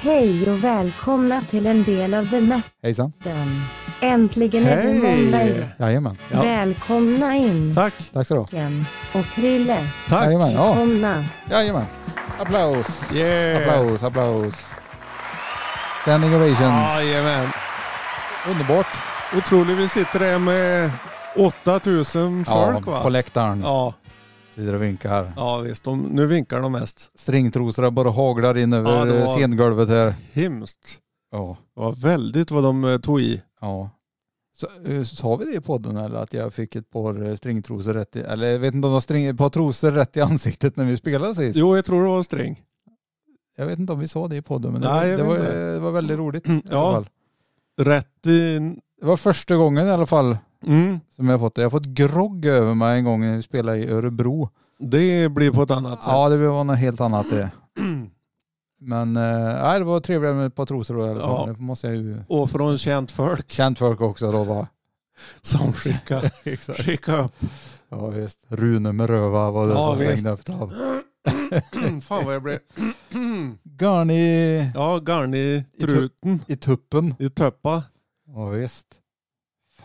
Hej och välkomna till en del av Bemästaren. Hejsan. Äntligen är det måndag igen. Jajamän. Ja. Välkomna in. Tack, Tack så du ha. Ken Och Krille, tack. Jajamän. Ja. välkomna. Jajamän. Applaus. Yeah. Applaus, applaus. Standing ovations. Jajamän. Underbart. Otroligt, vi sitter här med 8000 folk ja, på va? läktaren. Ja, Sitter och vinkar. ja visst. De, nu vinkar de mest. Stringtrosorna bara haglar in över Ja, det var- eh, scengolvet här. Hemskt. Ja. Det var väldigt vad de eh, tog i. ja. Så, eh, sa vi det i podden eller att jag fick ett par eh, stringtrosor rätt i, eller jag vet inte om det var string, ett par trosor rätt i ansiktet när vi spelade sist. Jo, jag tror det var en sträng. Jag vet inte om vi sa det i podden men det, Nej, var- jag det, vet var, inte. eh, det var väldigt roligt. i alla Ja. fall. Rätt i... Det var första gången i alla fall Mm. som jag har fått det. Jag har fått grogg över mig en gång när vi spelade i Örebro. Det blir på ett annat sätt. Ja, det var något helt annat det. Men eh, nej, det var trevligare med ett par trosor då i alla fall. Ja. Det måste jag ju... Och från känt folk Känt folk också då va? som skickar, Exakt. skickar upp. Ja visst. Rune med röva var det Ja, som visst. slängde upp det av. Fan vad jag blev... Garn i, Ja, garn i truten. i tuppen. I töppa. Ja visst.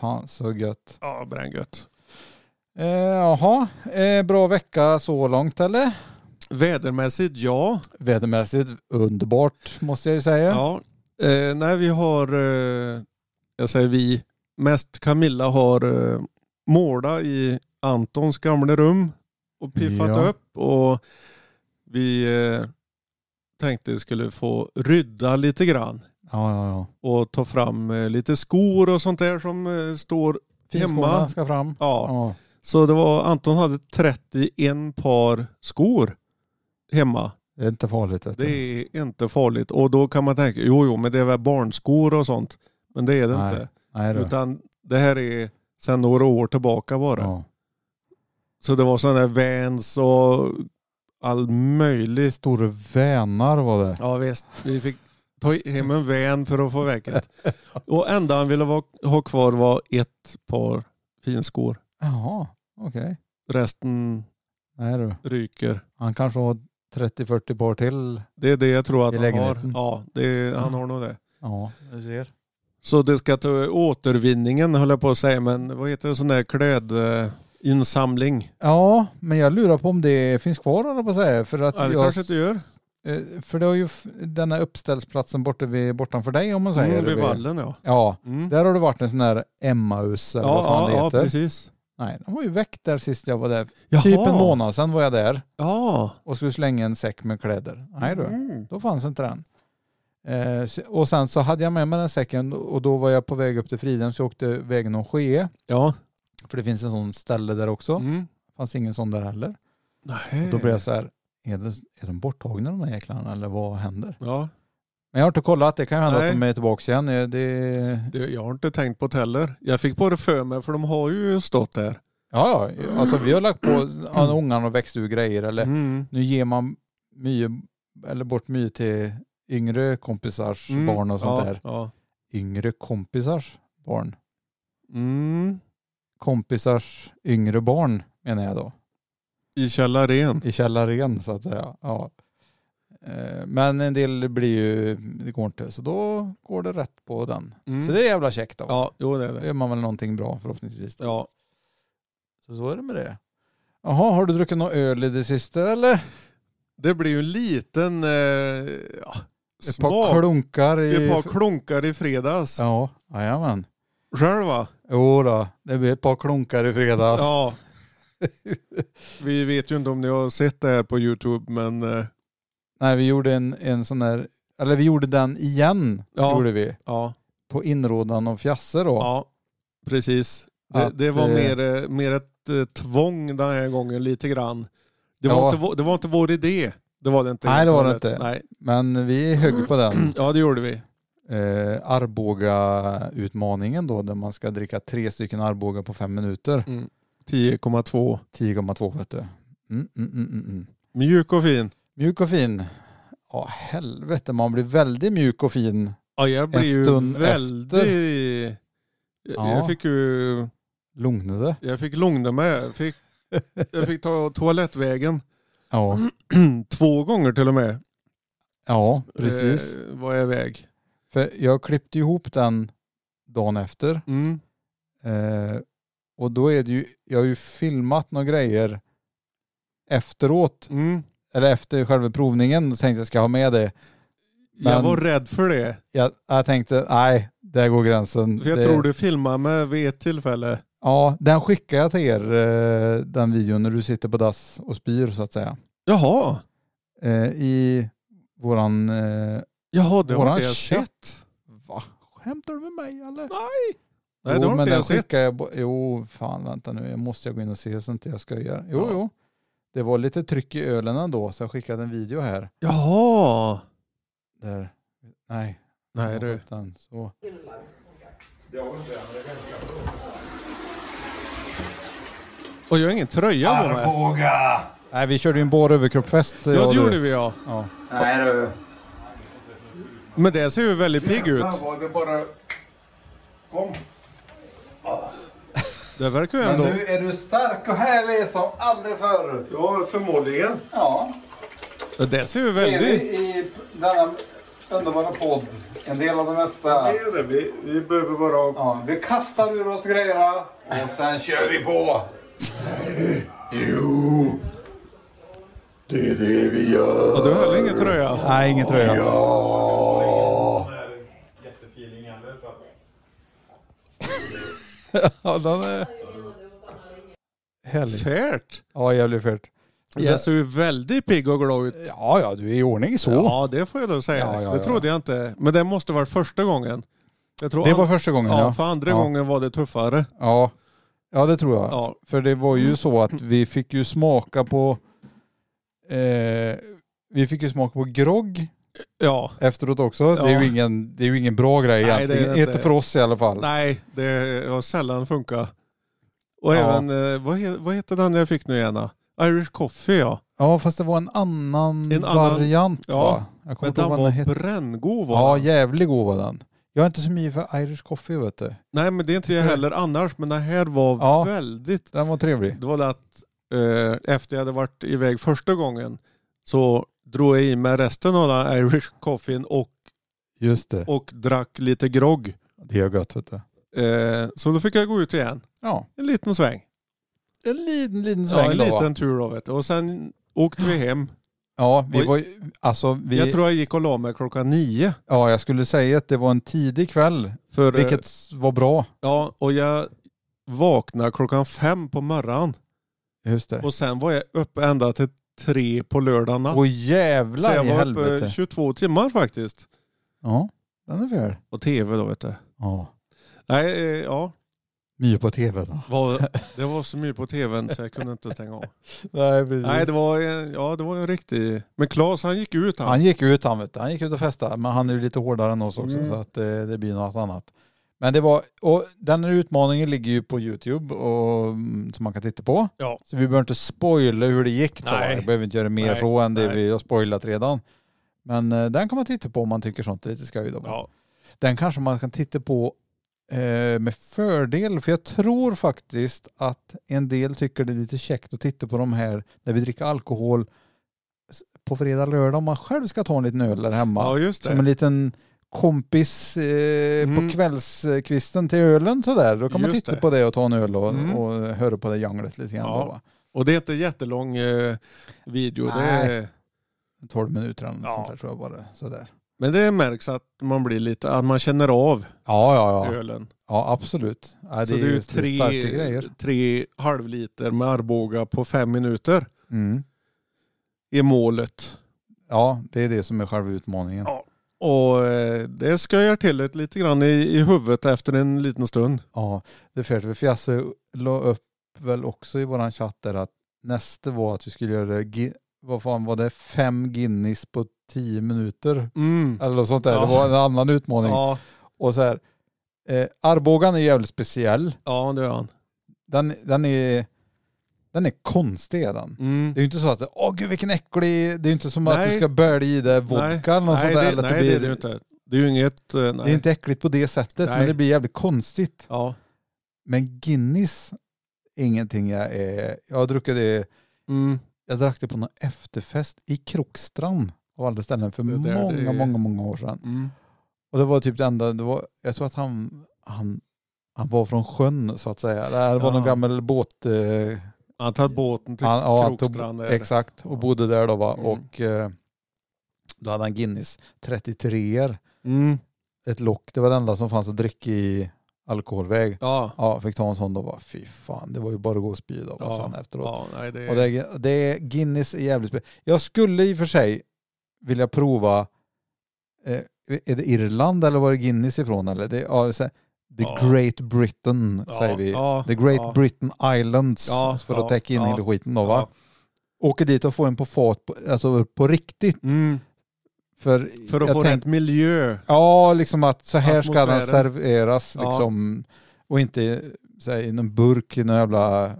Fan så gött. Ja, bränngött. Eh, Jaha, eh, bra vecka så långt eller? Vädermässigt, ja. Vädermässigt underbart måste jag ju säga. Ja. Eh, nej, vi har, eh, jag säger vi, mest Camilla har eh, målat i Antons gamla rum och piffat Ja. upp och vi eh, tänkte vi skulle få rydda lite grann ja, ja. ja. och ta fram eh, lite skor och sånt där som eh, står. Finskorna Hemma. ska fram. Ja. Ja. Så det var, Anton hade 31 par skor hemma. Det är inte farligt. Vet du. Det är inte farligt och då kan man tänka, jo jo men det är väl barnskor och sånt. Men det är det Nej. inte. Nej, du. Utan det här är sedan några år tillbaka bara. Ja. Så det var sådana där Vans och all möjlig. Stora vänar var det. Ja visst, vi fick ta hem en van för att få väck det. Och enda han ville va- ha kvar var ett par finskor. Jaha, okej. Resten Nej du. ryker. Han kanske har 30-40 par till. Det är det jag tror I att han har. lägenheten. Ja, det är, han har nog det. Ja. Så det ska ta återvinningen höll jag på att säga, men vad heter det sån där eh, klädinsamling? ja, men jag lurar på om det finns kvar höll jag på att säga. För, att Ja, det jag, kanske inte gör. eh, för det har ju f- den här uppställsplatsen borta vid, bortanför dig om man säger. Mm, vid Vid- vallen ja. Ja, Mm. där har det varit en sån här Emmaus eller vad fan Ja, det ja, heter. ja, precis. Nej, de var ju väck där sist jag var där. Jaha. Typ en månad sedan var jag där Ja. och skulle slänga en säck med kläder. Nej du. Mm. Då fanns inte den. Eh, se- och sen så hade jag med mig den säcken och då var jag på väg upp till Fridhem så jag åkte vägen om Skee. Ja. För det finns en sån ställe där också. Mm. fanns ingen sån där heller. Nej. Och då blev jag så här, är, det, är de borttagna de här jäklarna eller vad händer? Ja, Men jag har inte kollat, det kan ju hända Nej. att de är tillbaka igen. Eh, Det... det, jag har inte tänkt på det heller. Jag fick bara för mig för de har ju stått där. Ja, ja, alltså vi har lagt på ja, ungarna och växt ur grejer eller Mm. nu ger man mye, eller bort mye till yngre kompisars Mm. barn och sånt ja, där. Ja. Yngre kompisars barn. Mm. kompisars yngre barn menar jag då. I källaren. I källaren så att säga. Ja. Eh, Men en del blir ju, det går inte. Så då går det rätt på den. Mm. Så det är jävla käckt då. Ja, jo det är Då det. gör man väl någonting bra förhoppningsvis. Då. Ja. Så så är det med det. Jaha, har du druckit någon öl i det sista eller? Det blir ju en liten eh, ja, Ett par smak. klunkar i... Ett par klunkar i fredags. Ja, jajamän. Själv va? Jo då, det blir ett par klunkar i fredags. Ja. Vi vet ju inte om ni har sett det här på Youtube men eh, Nej, vi gjorde en, en sån där, eller vi gjorde den igen, Ja. gjorde vi. ja. På inrådan av Fjasse då. Ja, precis. Det, Att, det var eh, mer, eh, mer ett eh, tvång den här gången lite grann. Det var, Ja. inte, vå- det var inte vår idé. Det var det inte. Nej, helt det var det och hållet. inte. Nej. Men vi högg på den Ja, det gjorde vi. eh, Arboga-utmaningen då där man ska dricka tre stycken Arboga på fem minuter. 10,2. 10,2 vet du. Mm, mm, mm, mm, mm. Mjuk och fin. Mjuk och fin. Ja helvete, man blir väldigt mjuk och fin. Ja, jag blev ju stund väldigt... Jag, Ja. jag fick ju... Lugnade. Jag fick lugna mig. Jag fick, jag fick ta toalettvägen Ja, två gånger till och med. Ja, precis. Eh, var jag iväg. För jag klippte ihop den dagen efter. Mm. Eh, och då är det ju, jag har ju filmat några grejer efteråt, Mm. eller efter själva provningen, så tänkte jag ska jag ha med det. Jag Men- var rädd för det. Jag, jag tänkte, nej, där går gränsen. För jag det, tror du filmade med vid ett tillfälle. Ja, den skickar jag till er, eh, den videon, när du sitter på dass och spyr så att säga. Jaha, Eh, I våran... Eh, Jaha det Våran har inte jag chatt. sett. va? Skämtar du med mig eller? Nej, det jo, har men inte den jag sett. skickar jag... bo- Jo, fan vänta nu, jag måste jag gå in och se så inte jag skojar. Jo, Ja. jo. Det var lite tryck i ölen ändå, så jag skickade en video här. Jaha. Där. Nej, Nej jag har du. fått den. Så. Och jag har ingen tröja på mig. Arboga! Nej, vi körde ju en bara överkroppfest. Ja det du. gjorde vi ja. Ja. Nej du. Men det ser ju väldigt pigg ut. Arboga bara... Kom. Det verkar ju Men ändå... nu är du stark och härlig som aldrig förr. Ja, förmodligen. Ja. Det ser ju Är vi väldigt... i denna underbara podd. En del av det mesta. Det är det. Vi, vi behöver bara... Ja, vi kastar ur oss grejerna och sen kör vi på. Jo! Det är det vi gör. Ja, du höll ingen tröja. Nej, ingen tröja. Ja, den är... Härlig. Färt. Ja, jävligt färt. Jag ser ju väldigt pigg och glad ut. Ja, ja, du är i ordning så. Ja, det får jag då säga. Ja, ja, det ja. trodde jag inte. Men det måste varit första gången. Jag tror Det an- var första gången Ja, ja. för andra ja. gången var det tuffare. Ja. ja, det tror jag. Ja. För det var ju så att vi fick ju smaka på eh, vi fick ju smaka på grogg Ja. efteråt också. Det, är ju ingen, det är ju ingen bra grej Nej, egentligen. det är det inte inte. för oss i alla fall. Nej, det har sällan funkat. Och Ja. även, eh, vad, he, vad heter den jag fick nu igen? då? Irish Coffee ja. Ja, fast det var en annan En annan- variant ja. va? Jag kommer Men inte den ihåg vad den var hette. bränngod var Ja, den. jävligt god var den. Jag är inte så mycket för Irish coffee vet du. Nej men det är inte jag heller annars. Men den här var Ja. väldigt... Den var trevlig. Det var det att eh, efter jag hade varit iväg första gången så drog jag i mig resten av den Irish Coffeen och, Just det. och drack lite grogg. Det är gött vet du. Eh, så då fick jag gå ut igen. Ja. En liten sväng. En liten, liten Ja, en då, va? liten tur då vet du. Och sen åkte vi hem. Ja, vi Oj. var ju, alltså vi, Jag tror jag gick och la mig klockan nio. ja jag skulle säga att det var en tidig kväll, För, eh, vilket s- var bra. Ja, och jag vaknade klockan fem på morgonen. Just det. Och sen var jag uppe ända till tre på lördag natt. Och så jävlar jag i var uppe helvete. 22 timmar faktiskt. Ja, den är fel. Och tv då vet du. Ja, Nej, eh, ja. mycket på tv då. Var, det var så mycket på tvn så jag kunde inte stänga av. Nej, precis. Nej, det var en, ja, det var en riktig... Men Claes han gick ut han. Han gick ut han, vet du. han gick ut och festade, men han är ju lite hårdare än oss också Mm. så att det, det blir något annat. Men det var, och den här utmaningen ligger ju på YouTube och, mm, som man kan titta på. Ja. Så vi behöver inte spoila hur det gick då. Nej. Jag behöver inte göra mer Nej, så än det nej. vi har spoilat redan. Men eh, den kan man titta på om man tycker sånt är lite skoj. Då. Ja. Den kanske man kan titta på eh, med fördel, för jag tror faktiskt att en del tycker det är lite käckt att titta på de här när vi dricker alkohol s- på fredag, lördag, om man själv ska ta en liten öl där hemma. ja, just Som en det. liten kompis eh, Mm. på kvällskvisten till ölen sådär. Då kan man Just titta det. på det och ta en öl och, Mm. och höra på det janglet lite grann. Ja. Då, va? Och det är inte jättelång eh, video. Det Nej. är, 12 minuter eller något Ja. sånt där tror jag bara. Sådär. men det märks att man blir lite, att man känner av Ja, ja, ja. ölen. Ja, absolut. Ja, det, Så är, det är ju det är starka tre, grejer. tre halvliter med Arboga på fem minuter Mm. i målet. Ja, det är det som är själva utmaningen. Ja. Och eh, det skojar till det lite grann i, i huvudet efter en liten stund. Ja, det är fair. För Jasse la upp väl också i våran chatt där att nästa var att vi skulle göra, gi- vad fan var det, fem Guinness på tio minuter? Mm. Eller något sånt där. Ja. Det var en annan utmaning. Ja, Och så här, eh, Arbogan är jävligt speciell. ja det gör han. Den, den, är, den är konstig är den. Mm. Det är ju inte så att, åh gud vilken äcklig, det är ju inte som att Nej. du ska bölja i dig vodka eller något nej, sånt där. det, eller att det, nej, blir, det är det ju inte. Det är ju inget... eh, Nej. det är inte äckligt på det sättet, men Nej. det blir jävligt konstigt. Ja. Men Guinness, ingenting jag är, jag har druckit det, Mm. jag drack det på någon efterfest i Krokstrand. av alla ställen för Det där, det många, är- många, många år sedan. Mm. Och det var typ det enda, det var, jag tror att han, han, han var från sjön så att säga. Det här var Ja. någon gammal båt... Eh, Han har tagit båten till han, ja, han tog- Krokstrand. eller? Exakt, och Ja. bodde där då va. Mm. Och eh, då hade han Guinness 33 Mm. ett lock, det var det enda som fanns att dricka i alkoholväg. Ja. Ja, fick ta en sån då va, fy fan, det var ju bara att gå och spy då va, Ja. sen efteråt. ja nej, det, Och det, är- det är Guinness är jävligt spe- Jag skulle i och för sig vilja prova, eh, är det Irland eller var är Guinness ifrån? Eller? Det, ja, så här, The Ja. Great Britain ja, säger vi. Ja, The Great ja, Britain Islands Ja, för ja, att täcka in ja, hela skiten då va. Åker dit och får en på fart, på, alltså på riktigt. Ja. Mm. För, För att jag få tänk- rent miljö. Ja, liksom att så här ska den Atmosfären. serveras Ja. liksom. Och inte så här, i någon burk i någon jävla...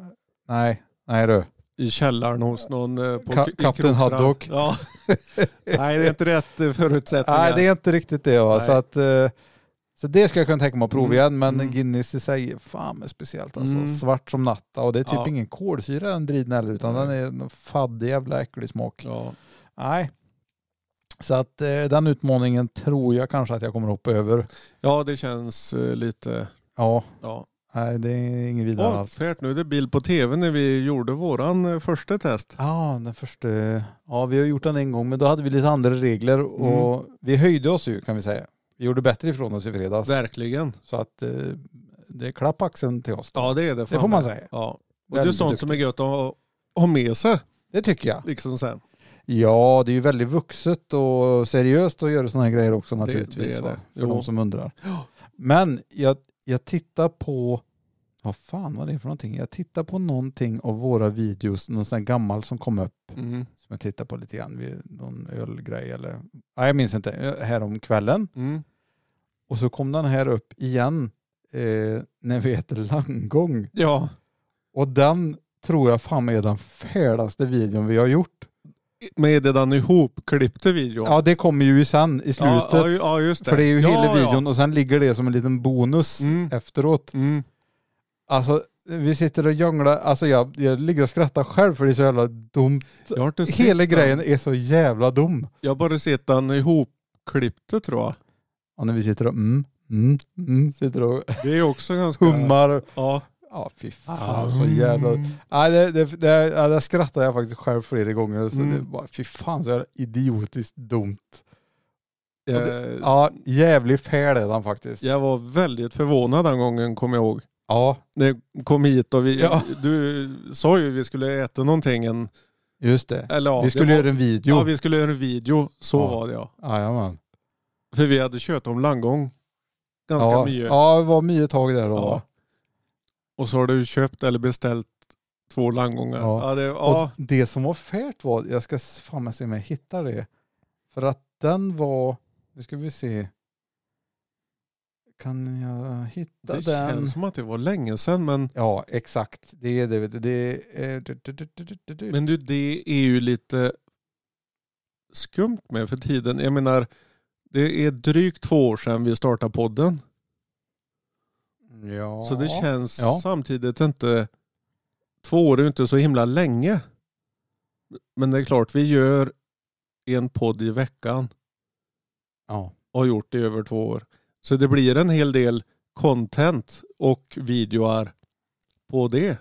Nej, nej du. I källaren hos någon eh, på Ka- K- i Kapten Krokstrand. Haddock. Ja. Nej, det är inte rätt eh, förutsättningar. Nej, det är inte riktigt det. Va? Nej. Så, att, eh, så det ska jag kunna tänka mig att prova Mm, igen. Men mm. Guinness i sig, fan är speciellt alltså. Mm. Svart som natta och det är typ Ja. ingen kolsyra i den driden heller utan Nej. den är en faddig jävla äcklig smak. Ja. Nej. Så att eh, den utmaningen tror jag kanske att jag kommer hoppa över. ja, det känns eh, lite... Ja, Ja. nej det är inget vidare Ja, alls. tvärt nu. Det är bild på tv när vi gjorde våran eh, första test. Ja, den första. Ja, vi har gjort den en gång men då hade vi lite andra regler och Mm. vi höjde oss ju kan vi säga. Vi gjorde bättre ifrån oss i fredags. Verkligen. Så att eh, det är klapp axeln till oss. då. Ja, det är det. fan Det får man med. säga. Ja. Och det är Väldigt sånt som är gött att ha, ha med sig. Det tycker jag. Liksom sen. Ja, det är ju väldigt vuxet och seriöst att göra sådana här grejer också naturligtvis. det är va? det. För Jo. de som undrar. Men jag, jag tittar på, vad fan var det för någonting? Jag tittar på någonting av våra videos, någon sån här gammal som kom upp Mm. som jag tittar på lite grann vid någon ölgrej eller, nej jag minns inte, här om kvällen. Mm. Och så kom den här upp igen eh, när vi äter langgång. Ja, Och den tror jag fan är den fälaste videon vi har gjort. men är det den ihopklippte videon? Ja, det kommer ju sen i slutet. Ja, ja, ju- ja just det. För det är ju ja, hela videon Ja. och sen ligger det som en liten bonus Mm. efteråt. Mm. Alltså vi sitter och jonglar, alltså jag, jag ligger och skrattar själv för det är så jävla dumt. Jag har inte sett Hela den. grejen är så jävla dum. Jag har bara sett den ihopklippte tror jag. Och när vi sitter och mm, mm, mm, sitter och Det är också ganska... hummar. Ja. Ja fy Ah. fan Ah, så jävla... Nej, det, det, det, ja, där skrattar jag faktiskt själv flera gånger. Så Mm. det bara, fy fan så jävla idiotiskt dumt. Jag, Ja, jävligt fäl är den faktiskt. jag var väldigt förvånad den gången kommer jag ihåg. Ja, När jag kom hit och vi... Ja. Du sa ju vi skulle äta någonting. En, just det. eller, ja, Vi skulle jag, göra en video. Ja, vi skulle göra en video. Så Ja. var det ja. Jajamän. För vi hade kört om landgång. Ganska ja, mycket. Ja, det var mycket tag där då. Ja. Och så har du köpt eller beställt två landgångar. Ja. Ja. det, Och ja. det som var färt var, jag ska s- fan med se om jag hittar det. För att den var, nu ska vi se. Kan jag hitta det den? känns som att det var länge sedan men, Ja, exakt. Det är det. vet du. Det är... du- du- du- du- du- du. men du, det är ju lite skumt med för tiden. Jag menar, det är drygt två år sedan vi startade podden. ja. Så det känns Ja. samtidigt inte... Två år är ju inte så himla länge. Men det är klart, vi gör en podd i veckan Ja. och har gjort det i över två år. Så det blir en hel del content och videoar på det.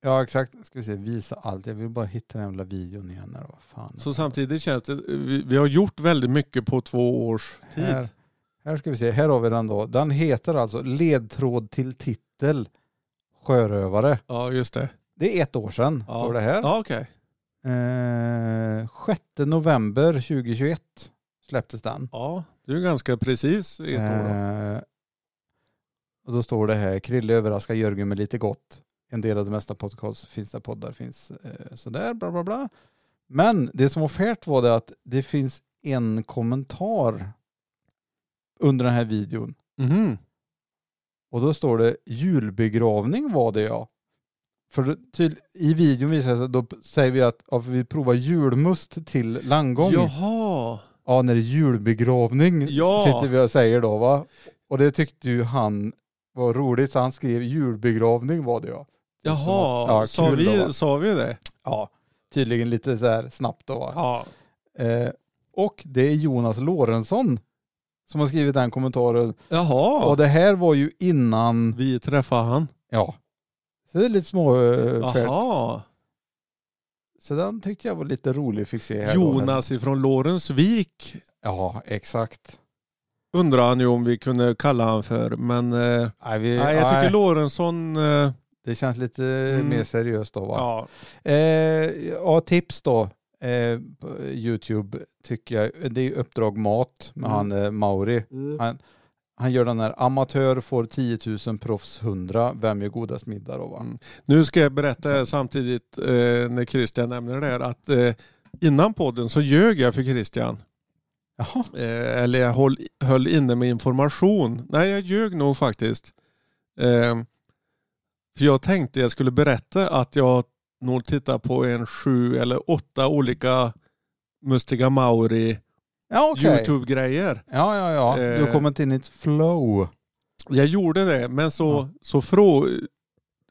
ja, exakt. Ska vi se, visa allt. Jag vill bara hitta den jävla videon igen. Här. Vad fan Så samtidigt känns det, vi, vi har gjort väldigt mycket på två års tid. Här, här ska vi se, här har vi den då. Den heter alltså Ledtråd till titel Sjörövare. Ja, just det. Det är ett år sedan, Ja. står det här. Ja, okej. Eh, 6 november 2021 släpptes den. Ja, det är ju ganska precis ett år. då. Eh, och då står det här, Krille överraskar Jörgen med lite gott. En del av det mesta podcast finns där poddar finns. Eh, sådär, bla bla bla. Men det som var färt var det att det finns en kommentar under den här videon. Mhm. Och då står det julbegravning var det ja. För då- tydl- i videon visar det sig, då p- säger vi att ja, för vi provar julmust till landgång. Ja, Jaha. när det är julbegravning Ja. sitter vi och säger då va. Och det tyckte ju han var roligt så han skrev julbegravning var det ja. Jaha, Ja, sa, kul då, vi, va? sa vi det? Ja, tydligen lite så här snabbt då va. Ja. Eh, Och det är Jonas Lorentzon som har skrivit den kommentaren. Jaha, Och det här var ju innan, vi träffade han. ja. Så det är lite små eh, skäl. Jaha, Så den tyckte jag var lite rolig fick se här. då. Jonas ifrån Lorensvik Ja, exakt. undrar han ju om vi kunde kalla han för. Men eh, Nej, vi, nej, jag tycker Lorentzon, eh, det känns lite Mm. mer seriöst då va? ja, Eh, ja, tips då. Eh, på Youtube tycker jag, det är ju Uppdrag Mat med Mm. han eh, Mauri. Han gör den här amatör får 10 000 proffs 100, vem gör godast middag då va? Mm. Nu ska jag berätta samtidigt eh, när Christian nämner det här att eh, innan podden så ljög jag för Christian. Jaha, Eh, eller jag höll, höll inne med information. Nej, jag ljög nog faktiskt. Eh, för jag tänkte jag skulle berätta att jag nog tittar på en sju eller åtta olika Mustiga Mauri ja okej. Youtube-grejer. Ja, ja, ja. Du har Eh. kommit in i ett flow. Jag gjorde det, men så, så frå...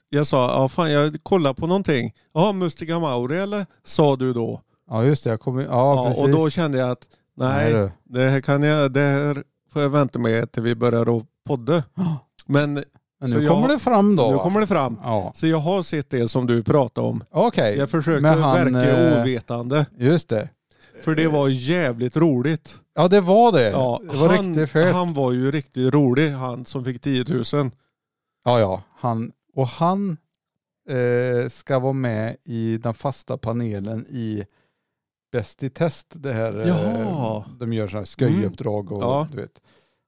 Jag sa, ja fan jag kollar på någonting. Ja, Mustiga Mauri eller? Sa du då. Ja just det, jag kommer, ja, Ja, precis. och då kände jag att nej, du. det här kan jag, det här får jag vänta med till vi börjar att podda. Ja. Men Men så nu jag- kommer det fram då nu va? kommer det fram. Ja, Så jag har sett det som du pratade om. okej. Jag försökte Men han, verka eh, ovetande. Just det. För det var jävligt roligt. Ja det var det. Ja, det var han, riktigt fett. han var ju riktigt rolig, han som fick 10 000. Ja, ja. Han, och han eh, ska vara med i den fasta panelen i Bäst i test, det här eh, Jaha. Mm. de gör sådana här sköjuppdrag och Ja. du vet.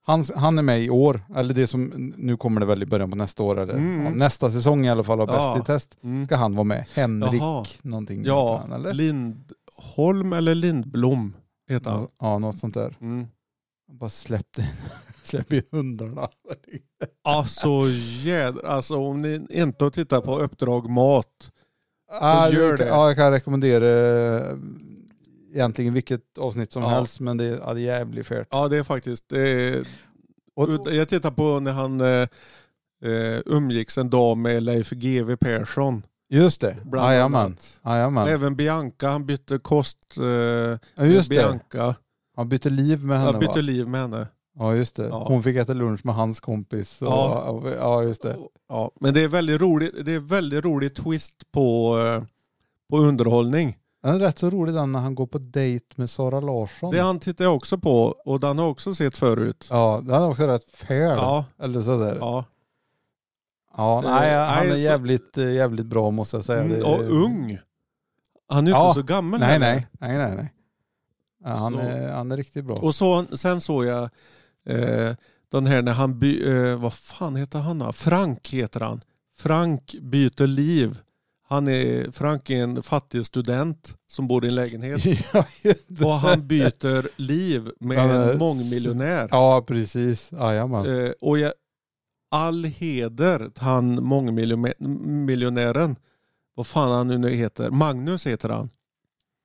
Han, han är med i år, eller det som, nu kommer det väl i början på nästa år eller Mm. ja, nästa säsong i alla fall av Bäst Ja. i test Mm. ska han vara med. Henrik Jaha. någonting Ja, heter han, eller? Lindholm eller Lindblom heter han. Ja, något sånt där. Mm. Bara släpp in, släpp in hundarna. Alltså jädra, alltså om ni inte har tittat på Uppdrag Mat. Ja, gör du- det. Ja, jag kan rekommendera eh, egentligen vilket avsnitt som Ja. helst, men det, ja, det är jävligt färt. Ja det är faktiskt, det är, Och, Ut- Jag tittar på när han eh, eh, umgicks en dag med Leif GW Persson. just det, Bland jajamän. annat. Jajamän. Även Bianca, han bytte kost. Eh, Ja, just det. Bianca, Han bytte liv med henne han bytte va? liv med henne. Ja, just det. Ja. Hon fick äta lunch med hans kompis. Och, Ja. ja. ja, just det. Ja, men det är väldigt roligt, det är väldigt rolig twist på, eh, på underhållning. Den är rätt så rolig den när han går på dejt med Sara Larsson. Det han tittar jag också på och den har jag också sett förut. Ja, den är också rätt fäl. Ja, Eller sådär. Ja, ja. nej, Eh, han är nej, så- jävligt, eh, jävligt bra måste jag säga. Mm, Det- och ung. Han är ju Ja, inte så gammal Nej, heller. nej, nej, nej. nej. Ja, han, Så- är, han är riktigt bra. Och så, sen såg jag eh, den här när han, by, eh, vad fan heter han då? Frank heter han. Frank byter liv. Han är, Frank är en fattig student som bor i en lägenhet. Ja, just det. Och han byter liv med Han är en mångmiljonär. Ja, precis. Jajamän. Eh, och jag, all heder till han mångmiljonären. Vad fan han nu heter. Magnus heter han.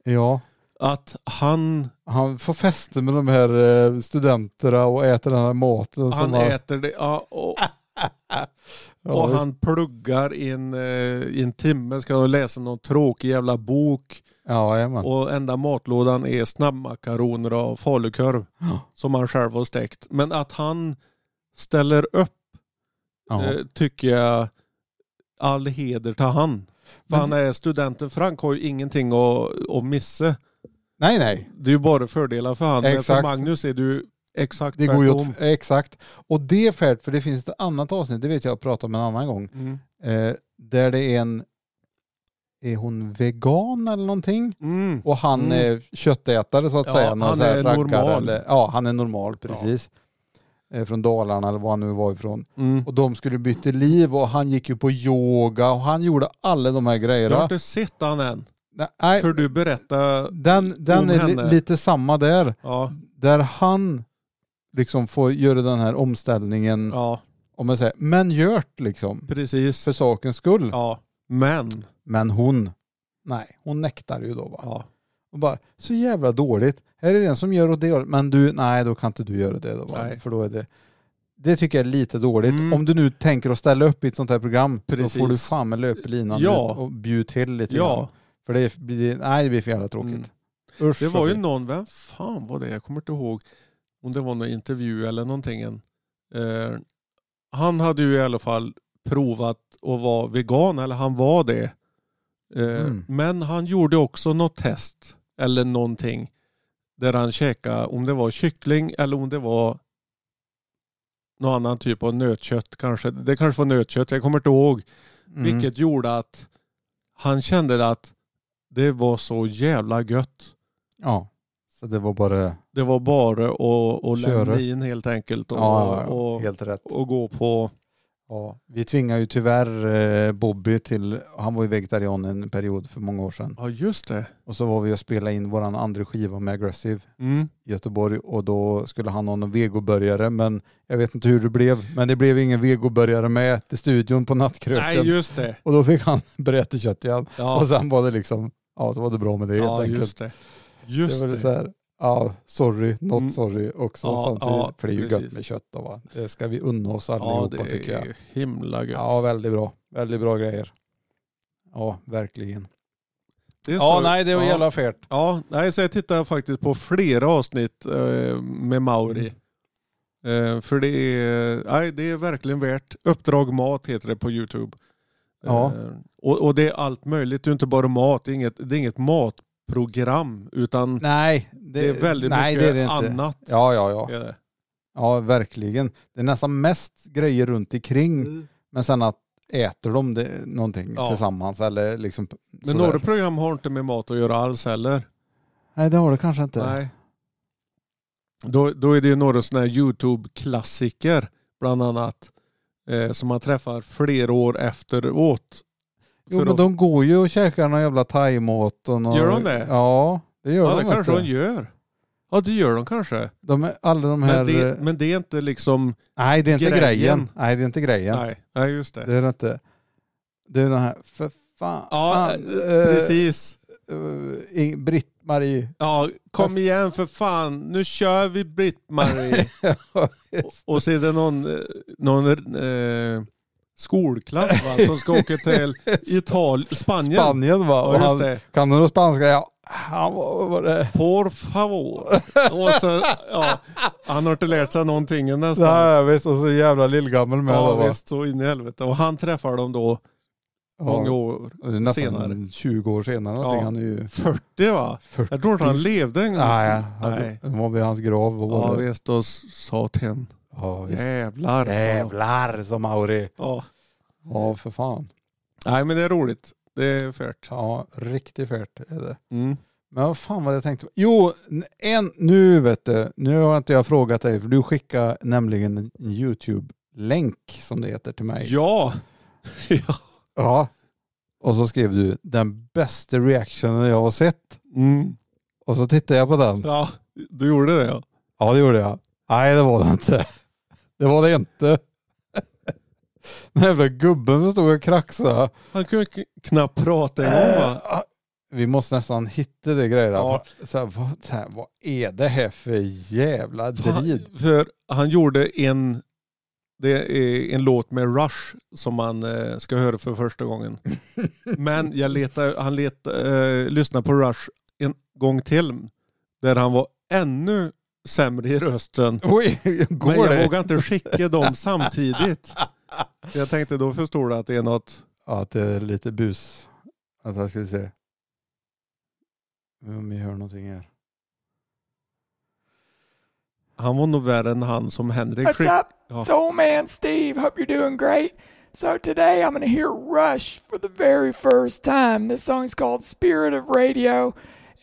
Ja. Att han, Han får fester med de här eh, studenterna och äter den här maten. han som han, äter det. Ja, och, ja, och visst. han pluggar i en, eh, i en timme, ska han läsa någon tråkig jävla bok. Ja, jajamän. Och enda matlådan är snabbmakaroner och falukorv Ja. som han själv har stekt. Men att han ställer upp Ja. eh, tycker jag all heder till han. För Men han är studenten Frank har ju ingenting att, att missa. Nej, nej. Det är ju bara fördelar för han. Men för Exakt. Magnus är du exakt Det går ju tvärtom. åt, exakt. Och det är färdigt, för det finns ett annat avsnitt, det vet jag att prata om en annan gång, Mm. eh, där det är en, är hon vegan eller någonting? Mm. Och han Mm. är köttätare så att Ja, säga. någon han så här är rackare normal. Eller, ja, han är normal, precis. Eh, Från Dalarna eller var han nu var ifrån. Mm. Och de skulle byta liv och han gick ju på yoga och han gjorde alla de här Jag har grejerna. inte sett han än. Nej, För du berättade... den den om är li, henne. lite samma där. Ja, Där han liksom får göra den här omställningen, ja om man säger, men gjort liksom. precis. För sakens skull. Ja, men. Men hon, nej, hon nektar ju då va. Ja. Och bara, så jävla dåligt. Här är det en som gör åt det hållet, men du, nej då kan inte du göra det då. va? Nej. För då är det, det tycker jag är lite dåligt. Mm. Om du nu tänker att ställa upp i ett sånt här program, då får du Precis. fan med löpelinan Ja. ut och bjud till lite grann. ja. För det blir, nej det blir för jävla tråkigt. Mm. Usch, Det så var ju fint. någon, vem fan var det? Jag kommer inte ihåg om det var någon intervju eller någonting. än. Eh, han hade ju i alla fall provat att vara vegan, eller han var det. Eh, Mm. Men han gjorde också något test eller någonting där han käkade om det var kyckling eller om det var någon annan typ av nötkött kanske. Det kanske var nötkött, jag kommer inte ihåg. Mm. Vilket gjorde att han kände att det var så jävla gött. Ja, så det var bara Det var bara att, att Köra. lämna in helt enkelt och, ja, och, helt rätt. och gå på... Ja, vi tvingar ju tyvärr eh, Bobby till, han var ju vegetarian en period för många år sedan. Ja just det. Och så var vi och spelade in våran andra skiva med Aggressive Mm. i Göteborg och då skulle han ha någon vegoburgare men jag vet inte hur det blev. Men det blev ingen vegoburgare med till studion på nattkröken. Nej just det. Och då fick han brätekött igen. Ja, Och sen var det liksom, ja så var det bra med det helt ja enkelt. just det. Just det var det. det så här, ja sorry, not Mm. sorry också Ja, samtidigt. ja, för det är ju precis. gött med kött då va. Det ska vi unna oss ja allihopa det tycker jag. är himla gött. Ja, väldigt bra. Väldigt bra grejer. Ja, verkligen. det är Ja, nej det var ja. jävla affärt. Ja, nej, så jag tittar faktiskt på flera avsnitt eh, med Mauri. Eh, för det är, nej, det är verkligen värt. Uppdrag mat heter det på Youtube. Ja. Eh, och, och det är allt möjligt, det är inte bara mat. Det är inget, det är inget matprogram utan det, Nej, det, är väldigt nej, mycket det är det inte. annat. Ja, ja, ja. Är det. Ja, verkligen. Det är nästan mest grejer runt omkring. Men sen att äter de det, någonting Mm. Ja. tillsammans eller liksom Men sådär. några program har inte med mat att göra alls heller. Nej, det har det kanske inte. Nej. Då, då är det ju några sådana här YouTube-klassiker bland annat. Eh, som man träffar flera år efteråt. jo, För men att- de går ju och käkar någon jävla thaimat och någon... Gör de det? Ja, det gör de. ja, det kanske vet de du. gör. Ja, det gör de kanske. de är, alla de här... Men det, men det är inte liksom... nej, det är inte grejen. grejen. Nej, det är inte grejen. Nej, nej just det. Det är det inte. Det är den här, för fan. Ja, fan, eh, eh, precis. eh, Ing- Britt-Marie. Ja, kom igen för fan. Nu kör vi Britt-Marie. och, och så är det någon, eh, någon eh, skolklass va, som ska åka till Ital Spanien. Spanien va? Och Ja, just han, det. kan du någon spanska? Ja. Han var, var det... Por favor. Och så, ja, han har inte lärt sig någonting än nästan. Nej, visst. Och så jävla lillgammel med. då, ja, va? visst, så in i helvete. Och han träffar dem då Ja. många år Det är nästan senare. 20 år senare. Ja. någonting. Han är ju 40 va? 40. Jag tror inte han levde en gång. Mm. Nej, han- Nej. han var vid hans grav. Och Ja var det. visst, då s- sa till henne. ja, visst. Jävlar. sa han. Jävlar som Mauri. Ja. Ja, för fan. Nej men det är roligt. Det är färt. Ja, riktigt färt är det. Mm. Men vad fan var det jag tänkte på? Jo, n- en, nu vet du, nu har inte jag frågat dig, för du skickade nämligen en YouTube-länk som det heter till mig. Ja. ja. Ja. Och så skrev du den bästa reactionen jag har sett. Mm. Och så tittade jag på den. ja. Du gjorde det ja. Ja, det gjorde jag. Nej, det var det inte. Det var det inte. Den jävla gubben som stod och kraxade. Ah, Han kunde k- knappt prata en gång va? Vi måste nästan hitta det grejerna. Ja. Så här, vad, så här, vad är det här för jävla drid? Han, för han gjorde en, det är en låt med Rush som man eh, ska höra för första gången. Men jag letar, han letar, eh, lyssnade på Rush en gång till där han var ännu sämre i rösten. Oj, Men går jag det? vågar inte skicka dem samtidigt. Så jag tänkte då förstår du att det är något. Ja, att det är lite bus. Alltså, jag ska vi se. Om vi hör någonting här. Han var nog värre än han som Henrik What's skickade. up? It's old man Steve. Hope you're doing great. So today I'm going to hear Rush for the very first time. This song's called Spirit of Radio,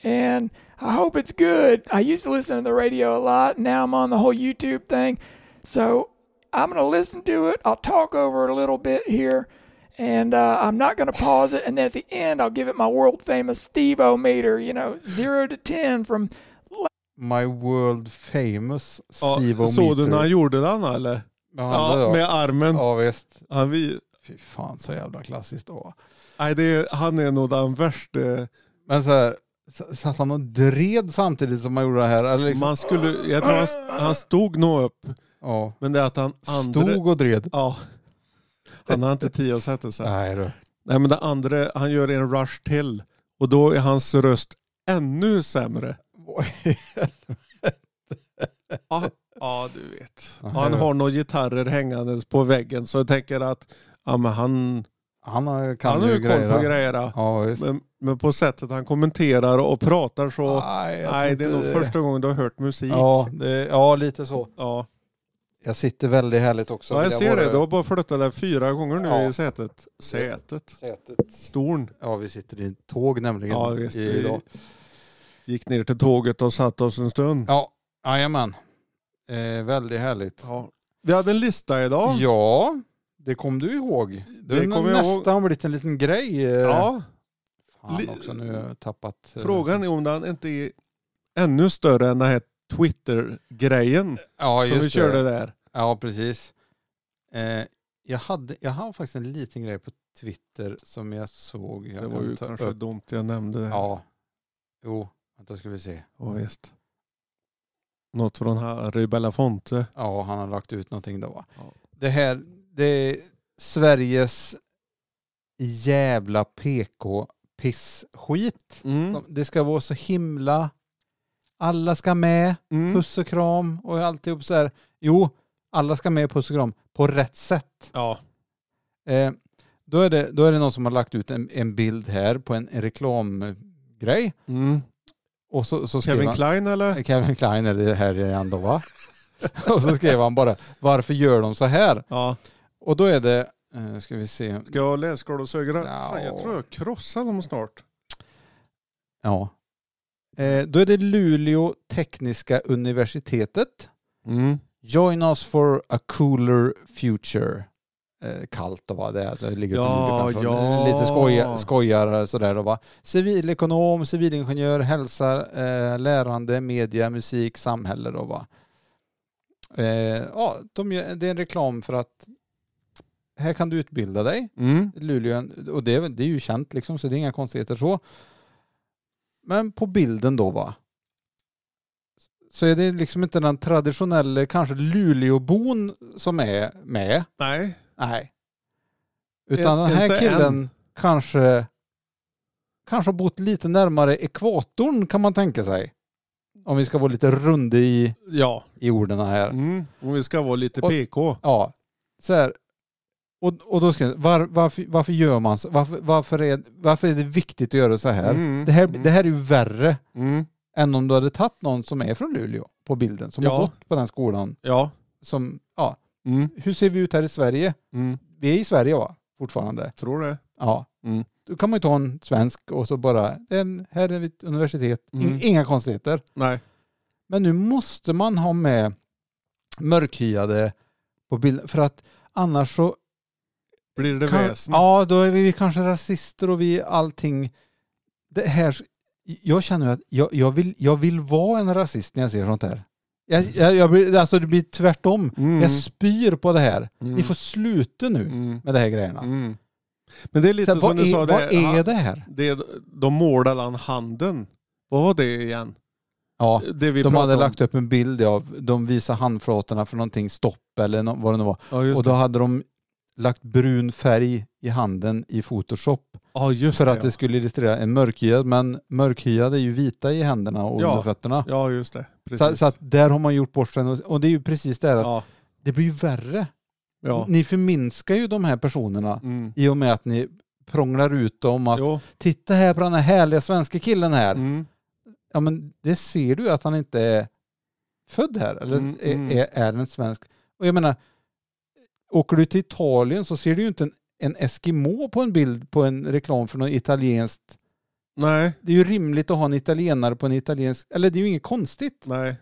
and I hope it's good. I used to listen to the radio a lot. Now I'm on the whole YouTube thing. So I'm going to listen to it. I'll talk over it a little bit here, and uh, I'm not going to pause it. And then at the end, I'll give it my world famous Steve O meter, you know, zero to 10 from My world famous Ja, Steve ja, såg du när han gjorde den eller? ja, Ja, ja. med armen. ja, visst. Han, vi, Fy fan så jävla klassiskt då. nej, det är, han är nog den värsta Men så här, s- satt han och dred samtidigt som han gjorde det här? Eller liksom, Man skulle, jag tror han, han stod nog upp, ja. men det är att han andra... Stod och dred? Ja. Han har inte tid att sätta sig. Nej du. Nej men det andra, han gör en rush till och då är hans röst ännu sämre. Ja, ja du vet. Han har några gitarrer hängandes på väggen så jag tänker att ja, men han, Han har, kan han har ju koll grejerna. på grejerna. Ja, just. Men, men på sättet han kommenterar och pratar så... Nej, jag tror nej, det är nog inte första gången du har hört musik. Ja, det, ja, lite så. Ja. Jag sitter väldigt härligt också. ja, vill jag ser bara- det. Du har bara flyttat dig fyra gånger nu Ja. i sätet. Sätet. Sätet. Storn. Ja, vi sitter i ett tåg nämligen Ja, visst. idag. Vi gick ner till tåget och satt oss en stund. Ja, jajamän. Eh, väldigt härligt. Ja. Vi hade en lista idag. Ja, det kom du ihåg. Det, Det har kommer jag ihåg. nästan blivit en liten grej. eh. Ja, Fan li- också, nu har jag tappat. eh, Frågan är om den inte är ännu större än den här Twitter-grejen ja, som vi just körde Det. där. Ja, precis. Eh, jag, hade, jag hade faktiskt en liten grej på Twitter som jag såg. Jag Det var kan ju ta kanske upp. dumt jag nämnde det. Ja. Jo, vänta ska vi se. Ja, visst. Något från Harry Belafonte. Ja, han har lagt ut någonting då. Va? Ja. Det här, det är Sveriges jävla PK-pissskit. Mm. Det ska vara så himla, alla ska med, Mm. puss och kram och alltihop så här. Jo, alla ska med puss och kram på rätt sätt. Ja. Eh, då, är det, då är det någon som har lagt ut en, en bild här på en, en reklamgrej. Mm. Och så, så skriver Kevin han- Klein eller? Kevin Klein är det här igen då va? och så skrev han bara, varför gör de så här? Ja. Och då är det, eh, ska vi se, Ska jag lässkål och sögra? Ja. Fan, jag tror jag krossar dem snart. ja. Eh, då är det Luleå Tekniska Universitetet. Mm. Join us for a cooler future. Eh, kallt då va, det, är- det ligger Ja, på Luleå ja. kanske. Lite skoja, skojar sådär då va. Civilekonom, civilingenjör, hälsa, eh, lärande, media, musik, samhälle då va. Eh, ja, de, gör- det är en reklam för att här kan du utbilda dig. Mm. Luleå, och det, är väl- det är ju känt liksom, så det är inga konstigheter så. Men på bilden då va, så är det liksom inte den traditionella, kanske Luleåbon som är med. Nej. Nej. Utan Ä- den här inte killen än. kanske, kanske har bott lite närmare ekvatorn kan man tänka sig. Om vi ska vara lite runda i, Ja. i orden här. Mm. Om vi ska vara lite Och- PK. Ja, så här. Och, och då ska jag, var, varför, varför gör man så? Varför, varför, är, varför är det viktigt att göra så här? Mm. Det, här Mm. det här är ju värre Mm. än om du hade tagit någon som är från Luleå på bilden, som Ja. har gått på den skolan. Ja. Som, ja, Mm. hur ser vi ut här i Sverige? Mm. Vi är i Sverige va? fortfarande. Tror det. Ja. Mm. Då kan man ju ta en svensk och så bara, en, här är vi ett universitet, In- Mm. inga konstigheter. Nej. Men nu måste man ha med mörkhyade på bilden, för att annars så Blir det Kan- väsen? Ja, då är vi kanske rasister och vi allting. Det här, jag känner ju att jag, jag, vill, jag vill vara en rasist när jag ser sånt här. Jag, jag, jag blir, alltså det blir tvärtom. Mm. Jag spyr på det här. Mm. Ni får sluta nu Mm. med de här grejerna. Mm. Men det är Så lite här, som vad du är, sa. vad är han- det här? det är, de målade han handen. Vad var det igen? Ja, Det vi de pratade hade om. lagt upp en bild av, de visar handflatorna för någonting, stopp eller nå- vad det nu var. Ja just Och då det. hade de lagt brun färg i handen i Photoshop Ja, just För att ja. det skulle illustrera en mörkhyad, men mörkhyade är ju vita i händerna och Ja, under fötterna. Ja just det. Precis. så, så att där har man gjort bort sig. Och och det är ju precis det här att Ja. det blir ju värre. ja. Ni förminskar ju de här personerna Mm. i och med att ni prånglar ut dem att Jo. titta här på den här härliga svenska killen här. Mm. Ja men det ser du ju att han inte är född här eller Mm, är, mm. är, är en svensk. Och jag menar, åker du till Italien så ser du ju inte en, en Eskimo på en bild på en reklam för något italienskt Nej. det är ju rimligt att ha en italienare på en italiensk, eller det är ju inget konstigt. Nej.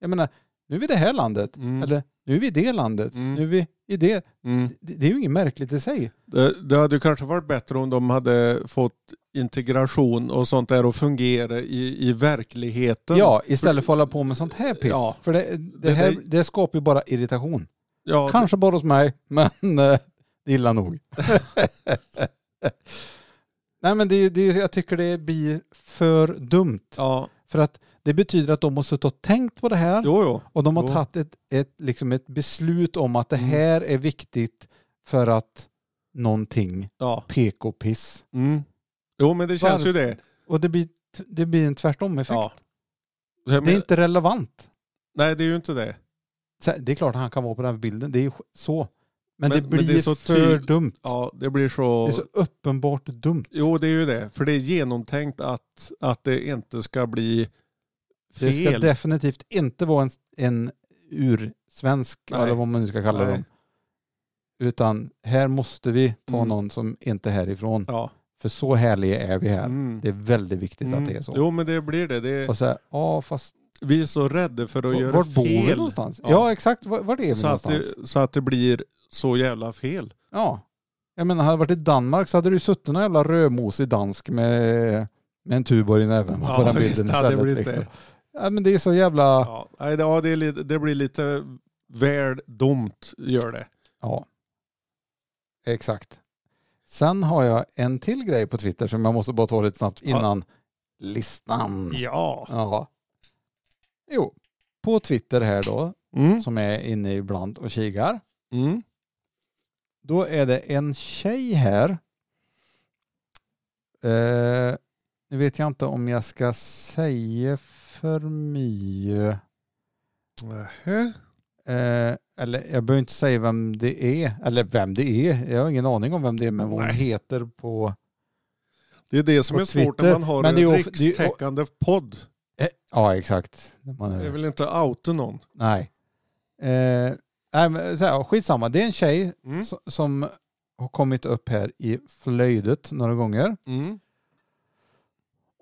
Jag menar, nu är vi i det här landet, Mm. eller nu är vi i det landet, Mm. nu är vi i det. Mm. Det, det är ju inget märkligt i sig. Det, det hade ju kanske varit bättre om de hade fått integration och sånt där att fungera i, i verkligheten. ja, istället för att hålla på med sånt här piss. Ja. För det, det, Det- här, det- det skapar ju bara irritation. ja Kanske bara hos mig, men eh, illa nog. Nej men det, är- det, är- jag tycker det blir för dumt. Ja, För att det betyder att de har suttit och tänkt på det här. jo, jo. Och de har Jo. tagit ett, ett, liksom ett beslut om att det Mm. här är viktigt för att någonting Ja. PK-piss. Mm. Jo, men det känns ju det. Och det blir t- det blir en tvärtom-effekt. Ja. Men, Det är inte relevant. Nej, det är ju inte det. Så- Det är klart att han kan vara på den här bilden, det är ju sk- så. Men, Men- det men blir det är så för tyd- dumt. Ja, det blir Det så... är så uppenbart dumt. Jo, det är ju det. För det är genomtänkt att, att det inte ska bli fel. Det ska definitivt inte vara en, en ursvensk, Nej. eller vad man nu ska kalla Nej. dem. Utan här måste vi ta Mm. någon som inte är härifrån. Ja. För så härliga är vi här. Mm. Det är väldigt viktigt Mm. att det är så. Jo, men det blir det. det Och så här, ja fast vi är så rädda för att var- göra vart fel. bor vi någonstans? Ja. Ja, exakt, var, vart är vi Så att, någonstans? det, så att det blir så jävla fel. Ja. Jag menar, hade det varit i Danmark så hade du suttit någon jävla rödmosig dansk med, med en Tuborg i näven på Ja, den bilden visst, det hade istället. blivit liksom. det. Ja, men det är så jävla... Ja. Ja, nej, det- ja det, är lite, det blir lite väl dumt, gör det. Exakt. Sen har jag en till grej på Twitter som jag måste bara ta lite snabbt innan listan. Ja. Ja. Jo, på Twitter här då, Mm. som är inne ibland och kikar. Mm. Då är det en tjej här. Eh, nu vet jag inte om jag ska säga för mycket. Nähä. Eh, eller jag behöver inte säga vem det är. Eller vem det är. Jag har ingen aning om vem det är men vad hon Nej. heter på... Det är det som På är svårt när Twitter. man har Men det är en ju- det är ju- rikstäckande podd. Eh, ja exakt. När Man Jag är, vill inte outa någon. nej. Eh, nej men så här, ja, skitsamma. Det är en tjej Mm. so- som har kommit upp här i flöjdet några gånger. Mm.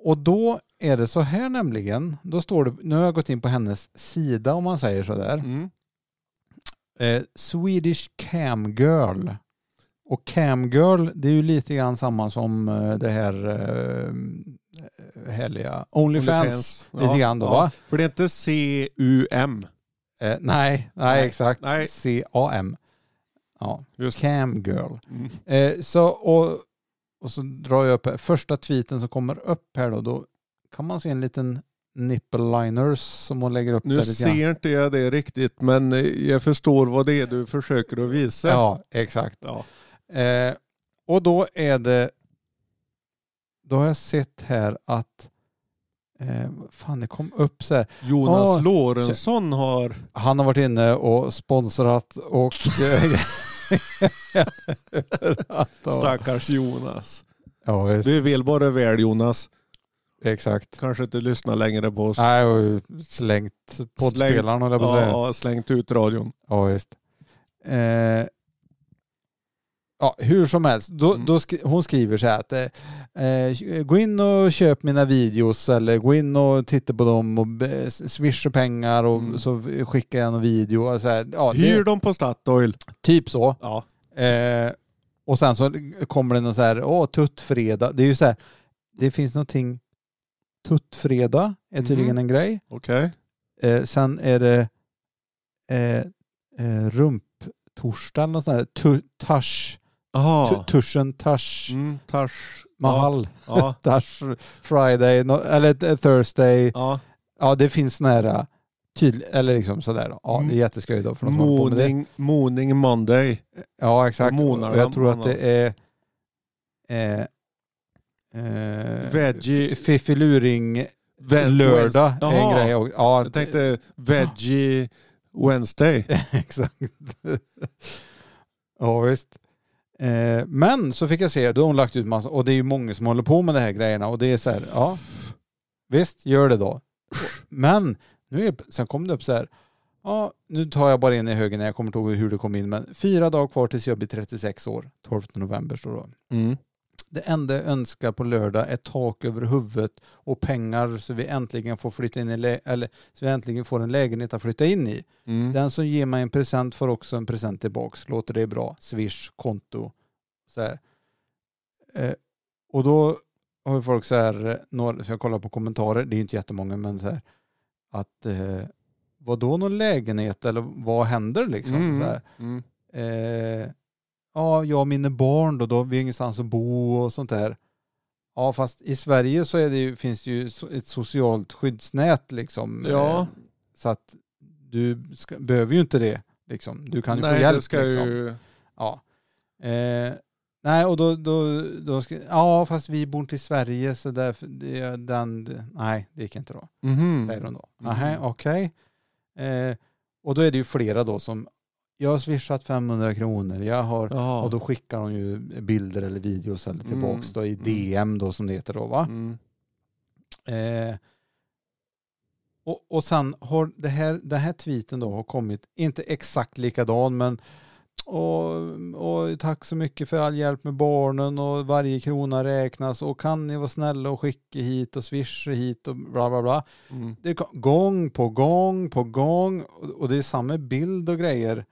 Och då är det så här nämligen, då står det, nu har jag gått in på hennes sida om man säger så där. Mm. Eh, Swedish Cam Girl. Och Cam Girl, det är ju lite grann samma som eh, det här eh, härliga Onlyfans. Ja, Lite grann då ja. va? För det är inte C-U-M. Eh, nej, nej, Nej, exakt. nej. C-A-M. Ja, Just det. Cam Girl. Mm. Eh, så, och, och så drar jag upp här. första tweeten som kommer upp här då, då kan man se en liten nipple liners som hon lägger upp där Nu lite grann. ser inte jag det riktigt men eh, jag förstår vad det är du försöker att visa. Ja, exakt. Ja. Eh, och då är det, då har jag sett här att, eh, vad fan det kom upp så här, Jonas Ah, Lorentzon har... han har varit inne och sponsrat och Överallt och- Stackars Jonas. Ja, just- Du vill bara väl Jonas. exakt. Kanske inte lyssna längre på oss. Nej, och slängt poddspelaren höll jag på att Ja, säga. ja, slängt ut radion. Ja, visst. Eh, ja, hur som helst, då, Mm. då skri- hon skriver så här att eh, eh, gå in och köp mina videos eller gå in och titta på dem och be- swisha pengar och Mm. så skickar jag en video. Och så här. Ja, det, Hyr dem på Statoil. Typ så. Ja. Eh, och sen så kommer det någon så här, åh tuttfredag. Det är ju så här, det finns någonting, tuttfredag är Mm. tydligen en grej. Okej. Eh, sen är det eh, eh, rumptorsdag eller något sånt där. Tu, tush, Jaha. tu, tuschen, tush, Mm, tars. mahal, Ja. ja. tush, friday, no, eller eh, thursday. ja. Ja, det finns nära. Tydlig, eller liksom sådär. då. Ja, det är Mm. jätteskoj då för de som håller på med det. Moning, Moning Monday. Ja, exakt. Månar Och jag de, tror att månar det är eh, eh, Veggie- fi- Fiffiluring Veg- lördag är en Jaha. grej. Och, ja, eh, Jag tänkte Veggie Wednesday. Exakt. ja, visst. Eh, men så fick jag se, då har hon lagt ut massa, och det är ju många som håller på med de här grejerna och det är så här, ja, visst, gör det då. Men nu är, sen kom det upp så här, ja, nu tar jag bara in i högen, jag kommer inte ihåg hur det kom in, men fyra dagar kvar tills jag blir 36 år, 12 november står det då. Mm. Det enda jag önskar på lördag är tak över huvudet och pengar så vi äntligen får flytta in i, lä- eller så vi äntligen får en lägenhet att flytta in i. Mm. Den som ger mig en present får också en present tillbaks. Låter det bra? Swish, konto. Så här. Eh, och då har ju folk så här, eh, några, för jag kollar på kommentarer, det är ju inte jättemånga, men så här, att eh, vad då någon lägenhet eller vad händer liksom? Så här. Mm. Mm. Eh, ja, jag och mina barn då, då vi har ingenstans att bo och sånt där. Ja, fast i Sverige så är det ju, finns det ju so- ett socialt skyddsnät liksom. Ja. Eh, så att du ska, behöver ju inte det liksom. Du kan ju Nej, få hjälp. det ska liksom. ju... Ja. Eh, Nej, och då, då, då ska, ja fast vi bor inte i Sverige så därför, det- den, nej det gick inte då, Mhm. säger hon då. Nähä, okej. Eh, och då är det ju flera då som, jag har swishat 500 kronor, jag har, Jaha. och då skickar hon ju bilder eller videos eller Mm, tillbaks då i mm. DM då som det heter då va. Mm. Eh, och, och sen har det här, den här tweeten då har kommit, inte exakt likadan men och, och tack så mycket för all hjälp med barnen och varje krona räknas och kan ni vara snälla och skicka hit och swisha hit och bla bla bla. Mm. Det är ko- gång på gång på gång och och det är samma bild och grejer.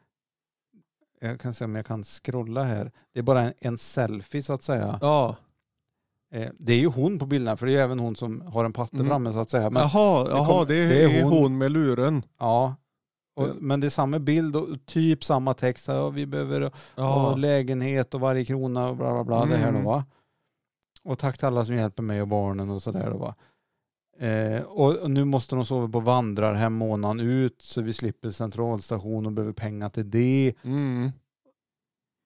Jag kan se om jag kan scrolla här. Det är bara en, en selfie så att säga. Ja, Eh, det är ju hon på bilden för det är ju även hon som har en patte Mm. framme så att säga. Men, jaha, det jaha kommer- det, är, det är hon. hon. med luren. Ja. Och, Det- Men det är samma bild och typ samma text. så här, Ja, vi behöver Ja. ha lägenhet och varje krona och bla bla bla. Det här då, Mm. va? Och tack till alla som hjälper mig och barnen och sådär. Va? Eh, och nu måste de sova på vandrarhem månaden ut så vi slipper centralstation och behöver pengar till det. Mm.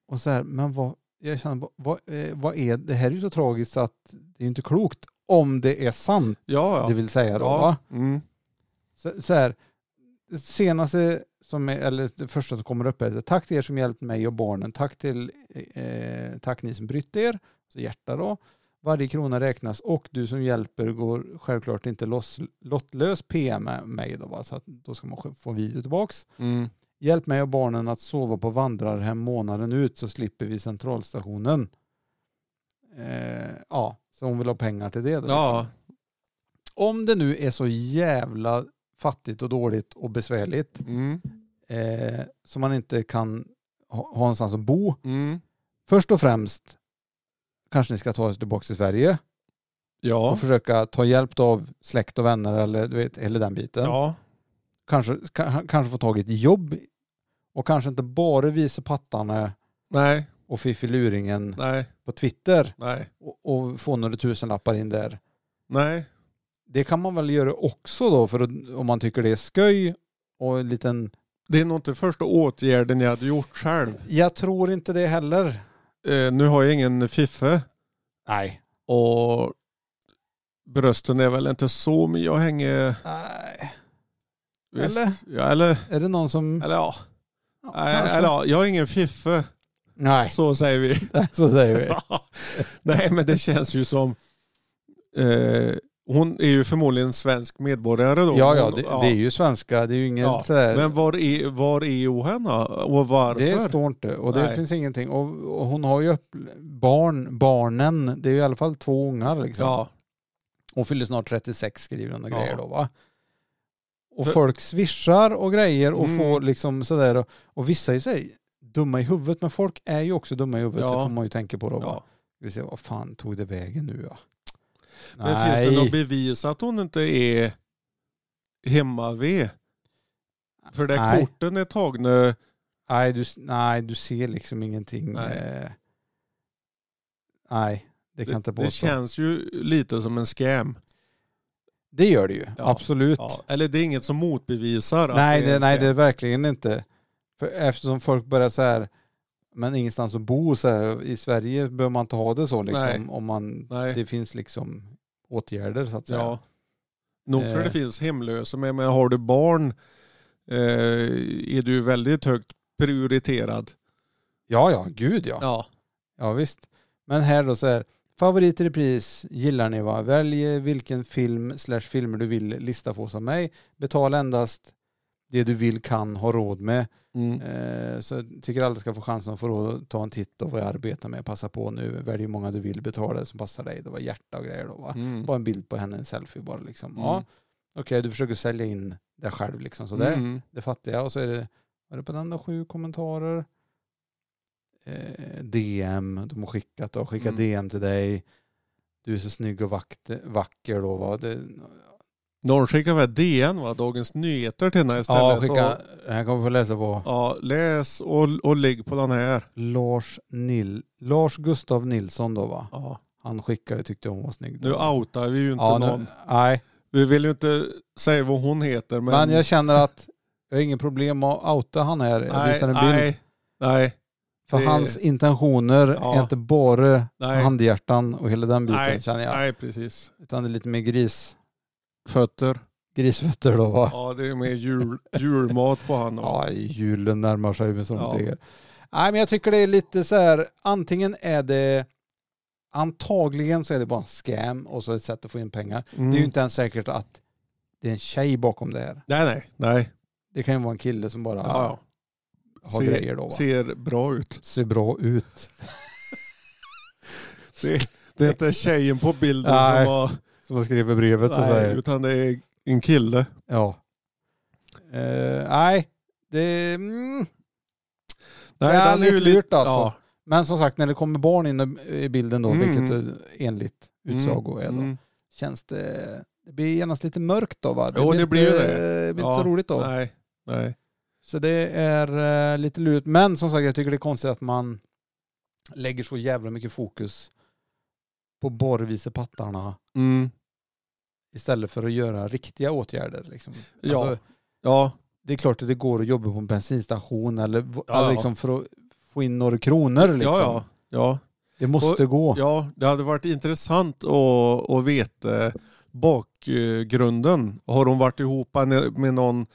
Och så här, men vad, jag känner, vad, vad, eh, vad är, det här är ju så tragiskt så att det är ju inte klokt om det är sant, Ja, ja. det vill säga då. Va? ja. Mm. Så, så här, det senaste som är, eller det första som kommer upp är tack till er som hjälpt mig och barnen. Tack till eh, tack ni som brytt er. Så hjärta då. Varje krona räknas och du som hjälper går självklart inte loss, lottlös PM med mig då, va? så att då ska man sj- få en video tillbaks. Mm. Hjälp mig och barnen att sova på vandrarhem månaden ut så slipper vi centralstationen. Eh, ja, så hon vill ha pengar till det då. liksom Ja. om det nu är så jävla fattigt och dåligt och besvärligt Mm. eh, som man inte kan ha, ha någonstans att bo. Mm. Först och främst kanske ni ska ta er tillbaka till Sverige Ja. och försöka ta hjälp av släkt och vänner eller du vet, hela den biten. Ja. Kanske, ka, kanske få tag i ett jobb och kanske inte bara visa pattarna Nej, och fiffiluringen nej, på Twitter nej, och, och få några tusenlappar in där. nej. Det kan man väl göra också då för att, om man tycker det är sköj och en liten Det är nog inte första åtgärden jag hade gjort själv. Jag tror inte det heller. Eh, nu har jag ingen fiffe Nej. och brösten är väl inte så men jag hänger... Nej. visst. Eller? Ja, eller, Är det någon som... eller ja. Ja, Nej, kanske. eller, ja. Jag har ingen fiffe, Nej, så säger vi. så säger vi. Nej men det känns ju som... Eh, hon är ju förmodligen svensk medborgare då. Ja, ja, Hon- det, det är ju svenska. Det är ju inget Ja, sådär... Men var är, var är hon då? Och varför? det står inte och det Nej. finns ingenting. Och, och hon har ju upp, barn, barnen, det är ju i alla fall två ungar liksom. Ja, Hon fyller snart 36 skriver hon och Ja. grejer då va. Och För- folk swishar och grejer och Mm. får liksom sådär och, och vissa i sig dumma i huvudet men folk är ju också dumma i huvudet Ja. det får man ju tänka på då va. ja. Vi ser, vad fan tog det vägen nu ja? Men finns det något bevis att hon inte är hemma vid? För det Nej. korten är tagna. nej, du, nej, du ser liksom ingenting. Nej. eh, nej det kan jag inte Det, påstå. Det, det känns ju lite som en scam. gör det ju, Ja, absolut. Ja. Eller det är inget som motbevisar att nej, det är det, en nej, scam. det är verkligen inte. För eftersom folk börjar så här, men ingenstans att bo så här, i Sverige behöver man inte ha det så liksom. Nej. Om man, Nej. det finns liksom åtgärder så att säga. Ja. Nog för Eh. det finns hemlösa, men, men har du barn eh, är du väldigt högt prioriterad. ja, ja, gud ja. Ja. Ja visst. Men här då så här. Favorit i repris gillar ni va? Välj vilken film slash filmer du vill lista på som mig. Betala endast det du vill kan ha råd med. Mm. Eh, så jag tycker alla ska få chansen att få råd att ta en titt och vad jag arbetar med. Passa på nu. Välj hur många du vill betala som passar dig. Det var hjärta och grejer då va? Mm. Bara en bild på henne, en selfie bara liksom. Ja, Mm. okej du försöker sälja in dig själv liksom sådär Mm. det fattar jag. Och så är det, var det på den då, sju kommentarer? Eh, DM, de har skickat då, skicka Mm. DM till dig. Du är så snygg och vakt, vacker då va? Det, Någon skickar väl DN, va? Dagens Nyheter till henne istället. ja, skicka, Och, den här kommer vi få läsa på. ja, läs och, och ligg på den här. Lars, Nil, Lars Gustav Nilsson då va? Ja. Han skickade och tyckte hon var snygg. då. Nu outar vi ju inte Ja, någon. nu, nej, Vi vill ju inte säga vad hon heter men... men... jag känner att jag har inget problem att outa han här. Jag nej, visar en bild. nej, nej. För Det- hans intentioner Ja. är inte bara Nej. handhjärtan och hela den biten Nej, känner jag. nej precis. Utan det är lite mer gris, Fötter. grisfötter då va? Ja, det är mer jul, julmat på han. då. Ja, julen närmar sig med Ja. stormsteg. Nej, men jag tycker det är lite så här, antingen är det antagligen så är det bara en scam och så ett sätt att få in pengar. Mm. Det är ju inte ens säkert att det är en tjej bakom det här. Nej, nej, nej. Det kan ju vara en kille som bara Ja, har Ser- grejer då. ja. Va? Ser bra ut. Ser bra ut. Det, det är inte tjejen på bilden Nej. som har... Som har skrivit brevet och Nej, säger. utan det är en kille. Ja. Eh, nej, det... Mm. Nej, Det är den är ju lite lite- lurt alltså. Ja. Men som sagt, när det kommer barn in i bilden då, Mm. vilket eh, enligt utsago är då, Mm. känns det... Det blir genast lite mörkt då va? Jo, det blir ju inte, det. blir Ja. inte så roligt då. Nej, nej. Så det är eh, lite lurigt. Men som sagt, jag tycker det är konstigt att man lägger så jävla mycket fokus på borrvisepattarna Mm. istället för att göra riktiga åtgärder. Liksom. Ja. Alltså, Ja, det är klart att det går att jobba på en bensinstation eller, v- Ja, ja. liksom för att få in några kronor. Liksom. ja, ja. ja. Det måste gå. Ja, det hade varit intressant att, att veta bakgrunden. Har hon varit ihop med någon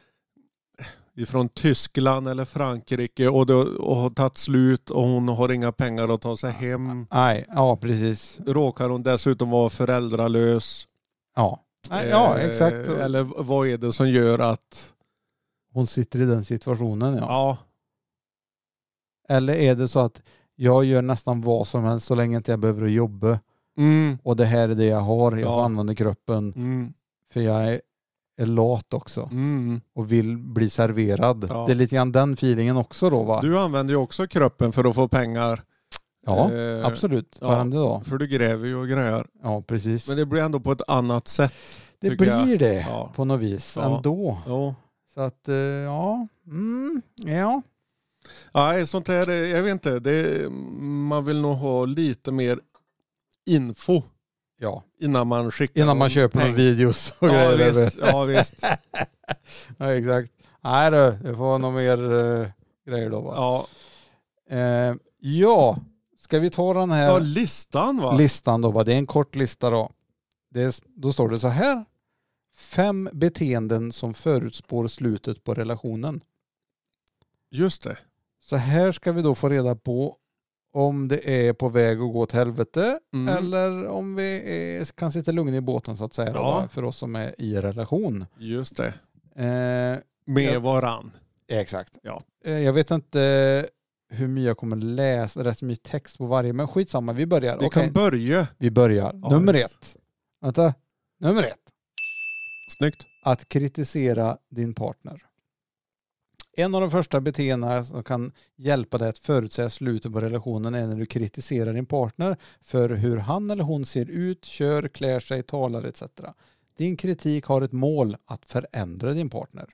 ifrån Tyskland eller Frankrike och, det, och har tagit slut och hon har inga pengar att ta sig hem. Nej, ja precis. Råkar hon dessutom vara föräldralös? Ja, Nej, ja Eh, exakt. Eller vad är det som gör att... Hon sitter i den situationen ja. Ja, Eller är det så att jag gör nästan vad som helst så länge inte jag behöver jobba mm, och det här är det jag har, jag får Ja. använda kroppen mm, för jag är, är lat också mm. och vill bli serverad. Ja. Det är lite grann den feelingen också då va? Du använder ju också kroppen för att få pengar. ja, Eh, absolut. ja. Varenda dag. För du gräver ju och grejer. Ja, precis. Men det blir ändå på ett annat sätt. det tycker jag- blir det Ja. på något vis Ja. ändå. Jo. Så att eh, ja, mm, ja. Nej, sånt här, eh, jag vet inte. Det, man vill nog ha lite mer info ja. innan man skickar. Innan man någon köper peng. några videos och ja, grejer. visst, ja, visst. Ja, exakt. Nej du, det får vara några mer eh, grejer då va? Ja. Eh, ja, ska vi ta den ja, här listan va? listan då? Va? Det är en kort lista då. Det är, då står det så här. Fem beteenden som förutspår slutet på relationen. Just det. Så här ska vi då få reda på om det är på väg att gå åt helvete Mm. eller om vi är, kan sitta lugna i båten så att säga. då, Ja. va? för oss som är i relation. Just det. Eh, Med Ja. varann. Exakt. Ja. Eh, Jag vet inte hur mycket jag kommer läsa, rätt mycket text på varje, men skitsamma, vi börjar. Vi Okej, kan börja. vi börjar. Ja, Nummer just. ett. Vänta. Nummer ett. Snyggt. Att kritisera din partner. En av de första beteendena som kan hjälpa dig att förutsäga slutet på relationen är när du kritiserar din partner för hur han eller hon ser ut, kör, klär sig, talar etc. Din kritik har ett mål att förändra din partner.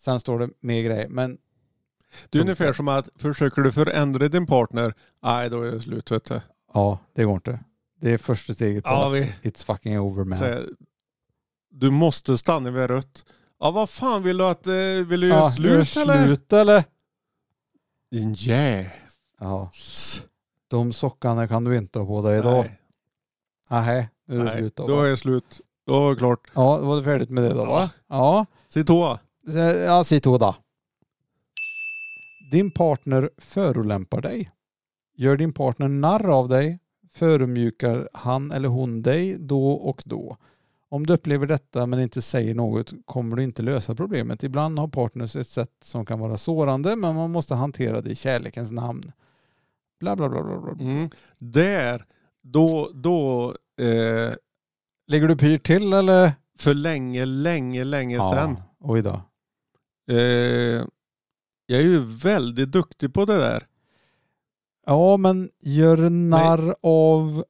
Sen står det mer grejer, men Det är ungefär som att försöker du förändra din partner, nej då är det slut vet du. Ja, det går inte. Det är första steget på Ja, att vi, It's fucking over man. så här, du måste stanna vid rött. Ja vad fan vill du att, eh, vill du göra Ja, gör slut eller? slut eller? Din jävel. Ja, de sockarna kan du inte ha på dig idag. Nej, Nej, nu är det nej, slut då. då va? är det slut. Då är det klart. Ja, då var det färdigt med det då va? Ja, Sitt då. Så- ja sitt då. Din partner förolämpar dig. Gör din partner narr av dig förödmjukar han eller hon dig då och då. Om du upplever detta men inte säger något kommer du inte lösa problemet. Ibland har partners ett sätt som kan vara sårande men man måste hantera det i kärlekens namn. Bla bla bla bla. bla. Mm. Där, då, då, eh, Lägger du pyr till eller? för länge, länge, länge sedan. Oj då. Eh, jag är ju väldigt duktig på det där. Ja men gör narr av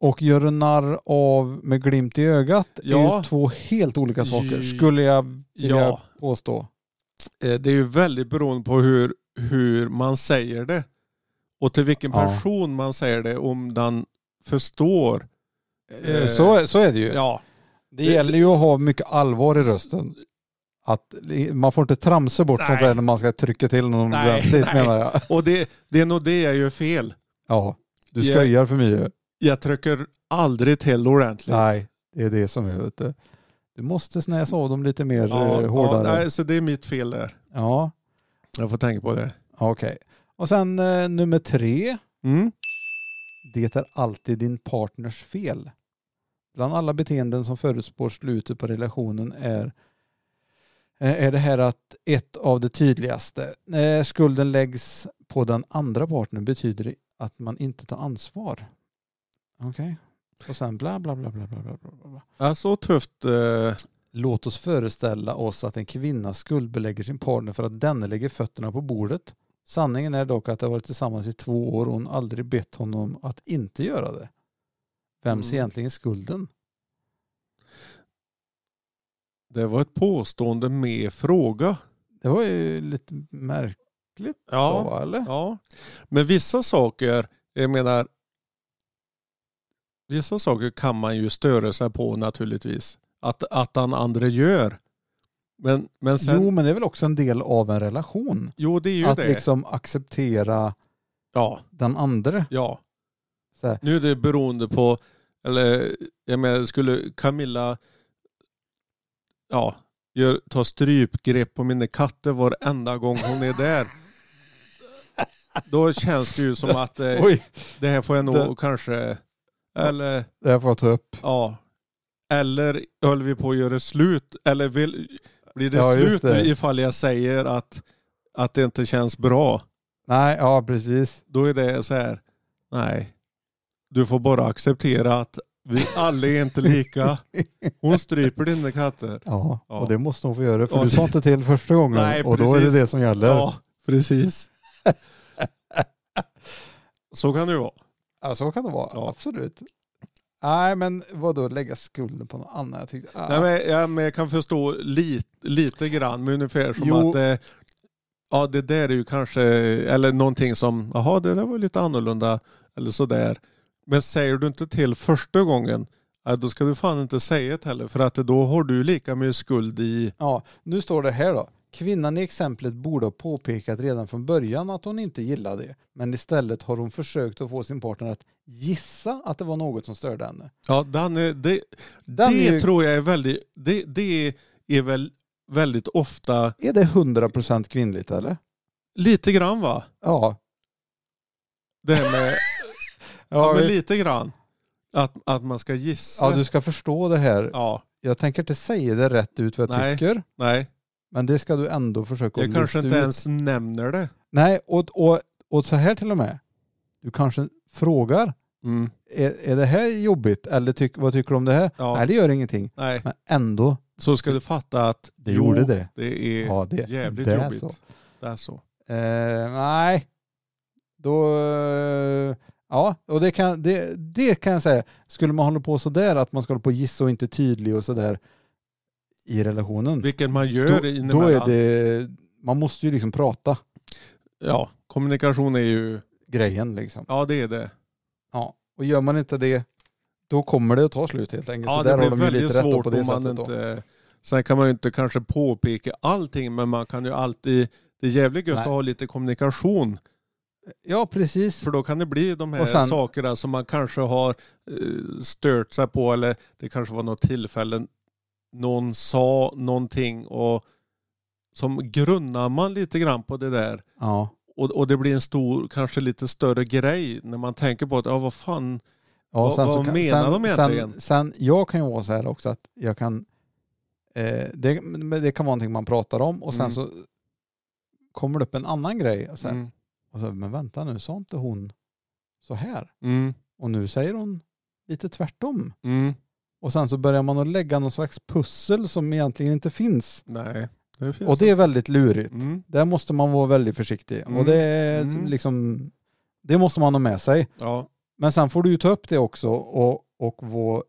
och gör narr av med glimt i ögat är Ja. ju två helt olika saker J- skulle jag vilja Ja. påstå. Eh, Det är ju väldigt beroende på hur, hur man säger det. Och till vilken Ja. person man säger det, om den förstår. Eh, Så, så är det ju. Ja, Det gäller ju att ha mycket allvar i rösten. att man får inte tramsa bort Nej. sånt där när man ska trycka till någon Nej, ordentligt nej. menar jag. Och det, det är nog det jag gör fel. Ja, du Ja. skojar för mycket. Jag trycker aldrig till ordentligt. Nej, det är det som är ute. Du måste snäsa av dem lite mer Ja, eh, hårdare. Ja, Ja, nej, så det är mitt fel där. Jag får tänka på det. okej. Och sen eh, nummer tre. Mm. Det är alltid din partners fel. Bland alla beteenden som förutspår slutet på relationen är, eh, är det här att ett av det tydligaste. När skulden läggs på den andra partnern betyder det att man inte tar ansvar. Okej. Och sen bla bla bla bla bla bla. bla, bla. Ja, så tufft. eh, Låt oss föreställa oss att en kvinna skuldbelägger sin partner för att denne lägger fötterna på bordet. Sanningen är dock att de har varit tillsammans i två år och hon aldrig bett honom att inte göra det. Vems Mm. egentligen skulden? Det var ett påstående med fråga. Det var ju lite märkligt då, va, eller? ja. Men vissa saker, jag menar, vissa saker kan man ju störa sig på naturligtvis. Att, att den andra gör. Men, men sen, Jo, jo, men det är väl också en del av en relation. det är ju Att det. liksom acceptera Ja, den andra. ja. Så här, Nu är det beroende på, eller jag menar, skulle Camilla ja, gör, ta strypgrepp på mina katter varenda gång hon är där. Då känns det ju som att eh, Oj, det här får jag nog Det- kanske, eller det här får jag ta upp. ja, eller höll vi på att göra slut, eller vill, blir det Ja, just slut det. nu ifall jag säger att, att det inte känns bra? Nej, ja precis. då är det så här, nej, du får bara acceptera att vi alla är inte lika. Hon stryper dina katter. Ja, Ja. och det måste hon få göra för Ja. du sa inte till första gången Nej, och då är det precis. det som gäller. Ja, precis. Så kan det ju vara. Ja, så kan det vara. Ja. Absolut. Nej, men vad då lägga skulden på någon annan? Jag tyckte, ah. Nej, men, ja, men jag kan förstå lite, lite grann, men ungefär som Jo. att eh, ja, det där är ju kanske, eller någonting som, jaha, det där var lite annorlunda, eller sådär. Men säger du inte till första gången, ja, då ska du fan inte säga det heller, för att då har du lika mycket skuld i ja, nu står det här då. Kvinnan i exemplet borde ha påpekat redan från början att hon inte gillade det, men istället har hon försökt att få sin partner att gissa att det var något som störde henne. Ja, den är, det Den det är, ju, tror jag är väldigt, det, det är väl väldigt ofta, är det 100% kvinnligt eller? lite grann va? Ja. Det här med, ja, Ja, men visst. lite grann. Att, att man ska gissa. ja, du ska förstå det här. Ja, Jag tänker inte säga det rätt ut vad jag Nej. tycker, nej, men det ska du ändå försöka jag lista kanske ut. inte ens nämner det. Nej, och, och, och så här till och med. Du kanske frågar, Mm, är, är det här jobbigt eller tyck, vad tycker du om det här? Ja. Nej, det gör ingenting. nej, Men ändå, så ska du fatta att det jo, gjorde det. det är Ja, det, jävligt det är jobbigt. så. Det är så. Eh, nej, då... eh, Ja, och det kan, det, det kan jag säga. Skulle man hålla på sådär, att man ska hålla på och gissa och inte tydlig och sådär i relationen, Vilket man gör då, då inemellan. är det... Man måste ju liksom prata Ja, kommunikation är ju, grejen liksom. ja det är det. Ja, och gör man inte det då kommer det att ta slut helt enkelt. Ja, så där det har blir de ju lite väldigt rätt då svårt på det om man sättet. Då. inte... Sen kan man ju inte kanske påpeka allting, men man kan ju alltid... Det är jävligt gött Nej. att ha lite kommunikation, Ja, precis. för då kan det bli de här Och sen- sakerna som man kanske har eh, stört sig på, eller det kanske var något tillfälle någon sa någonting och som grunnar man lite grann på det där. Ja. Och, och det blir en stor, kanske lite större grej när man tänker på att, ja vad fan, Ja, Vad- vad menar de egentligen? Sen, sen, jag kan ju vara så här också att jag kan... Eh, det, men det kan vara någonting man pratar om och sen Mm. så kommer det upp en annan grej. Och så här, mm, och så, men vänta nu, sa inte hon så här? mm, Och nu säger hon lite tvärtom. mm, Och sen så börjar man att lägga någon slags pussel som egentligen inte finns. nej. Det finns Och det är väldigt lurigt. Mm, Där måste man vara väldigt försiktig. Mm. Och det, är Mm. liksom, det måste man ha med sig. ja. Men sen får du ju ta upp det också och, och vara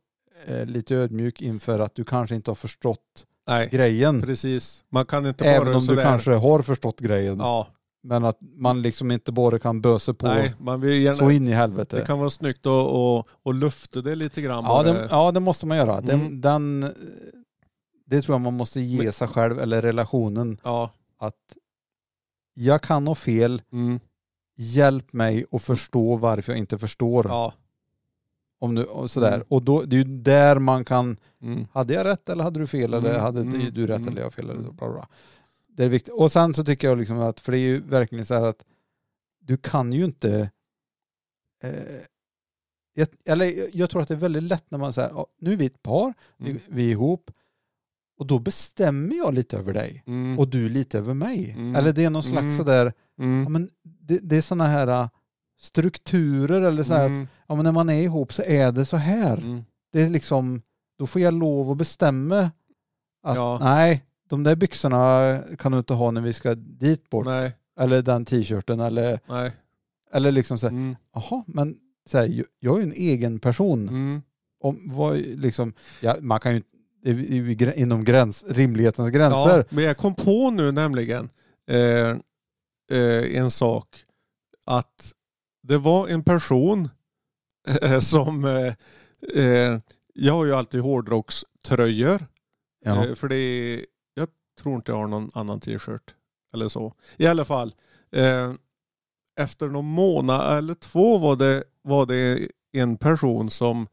eh, lite ödmjuk inför att du kanske inte har förstått Nej, grejen. precis. Man kan inte Även bara om du sådär. kanske har förstått grejen. Ja, Men att man liksom inte bara kan bösa på nej, man vill så gärna... in i helvete. Det kan vara snyggt att och, och lufta det lite grann ja, bara. det, ja, det måste man göra. Den, Mm. den, Det tror jag man måste ge sig själv eller relationen Ja. att jag kan ha fel, Mm. hjälp mig att förstå varför jag inte förstår. Ja. Om du, och sådär. Och då, det är ju där man kan, Mm. hade jag rätt eller hade du fel eller Mm, hade du, mm, du rätt mm. eller jag fel eller så, bla, bla, bla. Det är viktigt. Och sen så tycker jag liksom att, för det är ju verkligen så här att du kan ju inte, eh, jag, eller jag- jag tror att det är väldigt lätt när man säger, nu är vi ett par, vi, Mm. vi är ihop, och då bestämmer jag lite över dig Mm. och du lite över mig. Mm. Eller det är någon slags Mm. sådär, Mm. ja, men det, det är sådana här äh, strukturer eller så här, att, Mm. ja, men när man är ihop så är det så här. Mm. Det är liksom, då får jag lov att bestämma att Ja. nej, de där byxorna kan du inte ha när vi ska dit bort. Nej, Eller den t-shirten eller, nej. eller liksom så här, Mm. jaha, men så här, ju- jag är ju en egen person. Mm. Om, vad, liksom, ja, man kan ju det är ju grä- inom gräns, rimlighetens gränser. Ja, men jag kom på nu nämligen eh, eh, en sak. Att det var en person eh, som... Eh, eh, jag har ju alltid hårdrockströjor. Ja. Eh, för det är, jag tror inte jag har någon annan t-shirt. Eller så. I alla fall. Eh, efter någon månad eller två var det, var det en person som,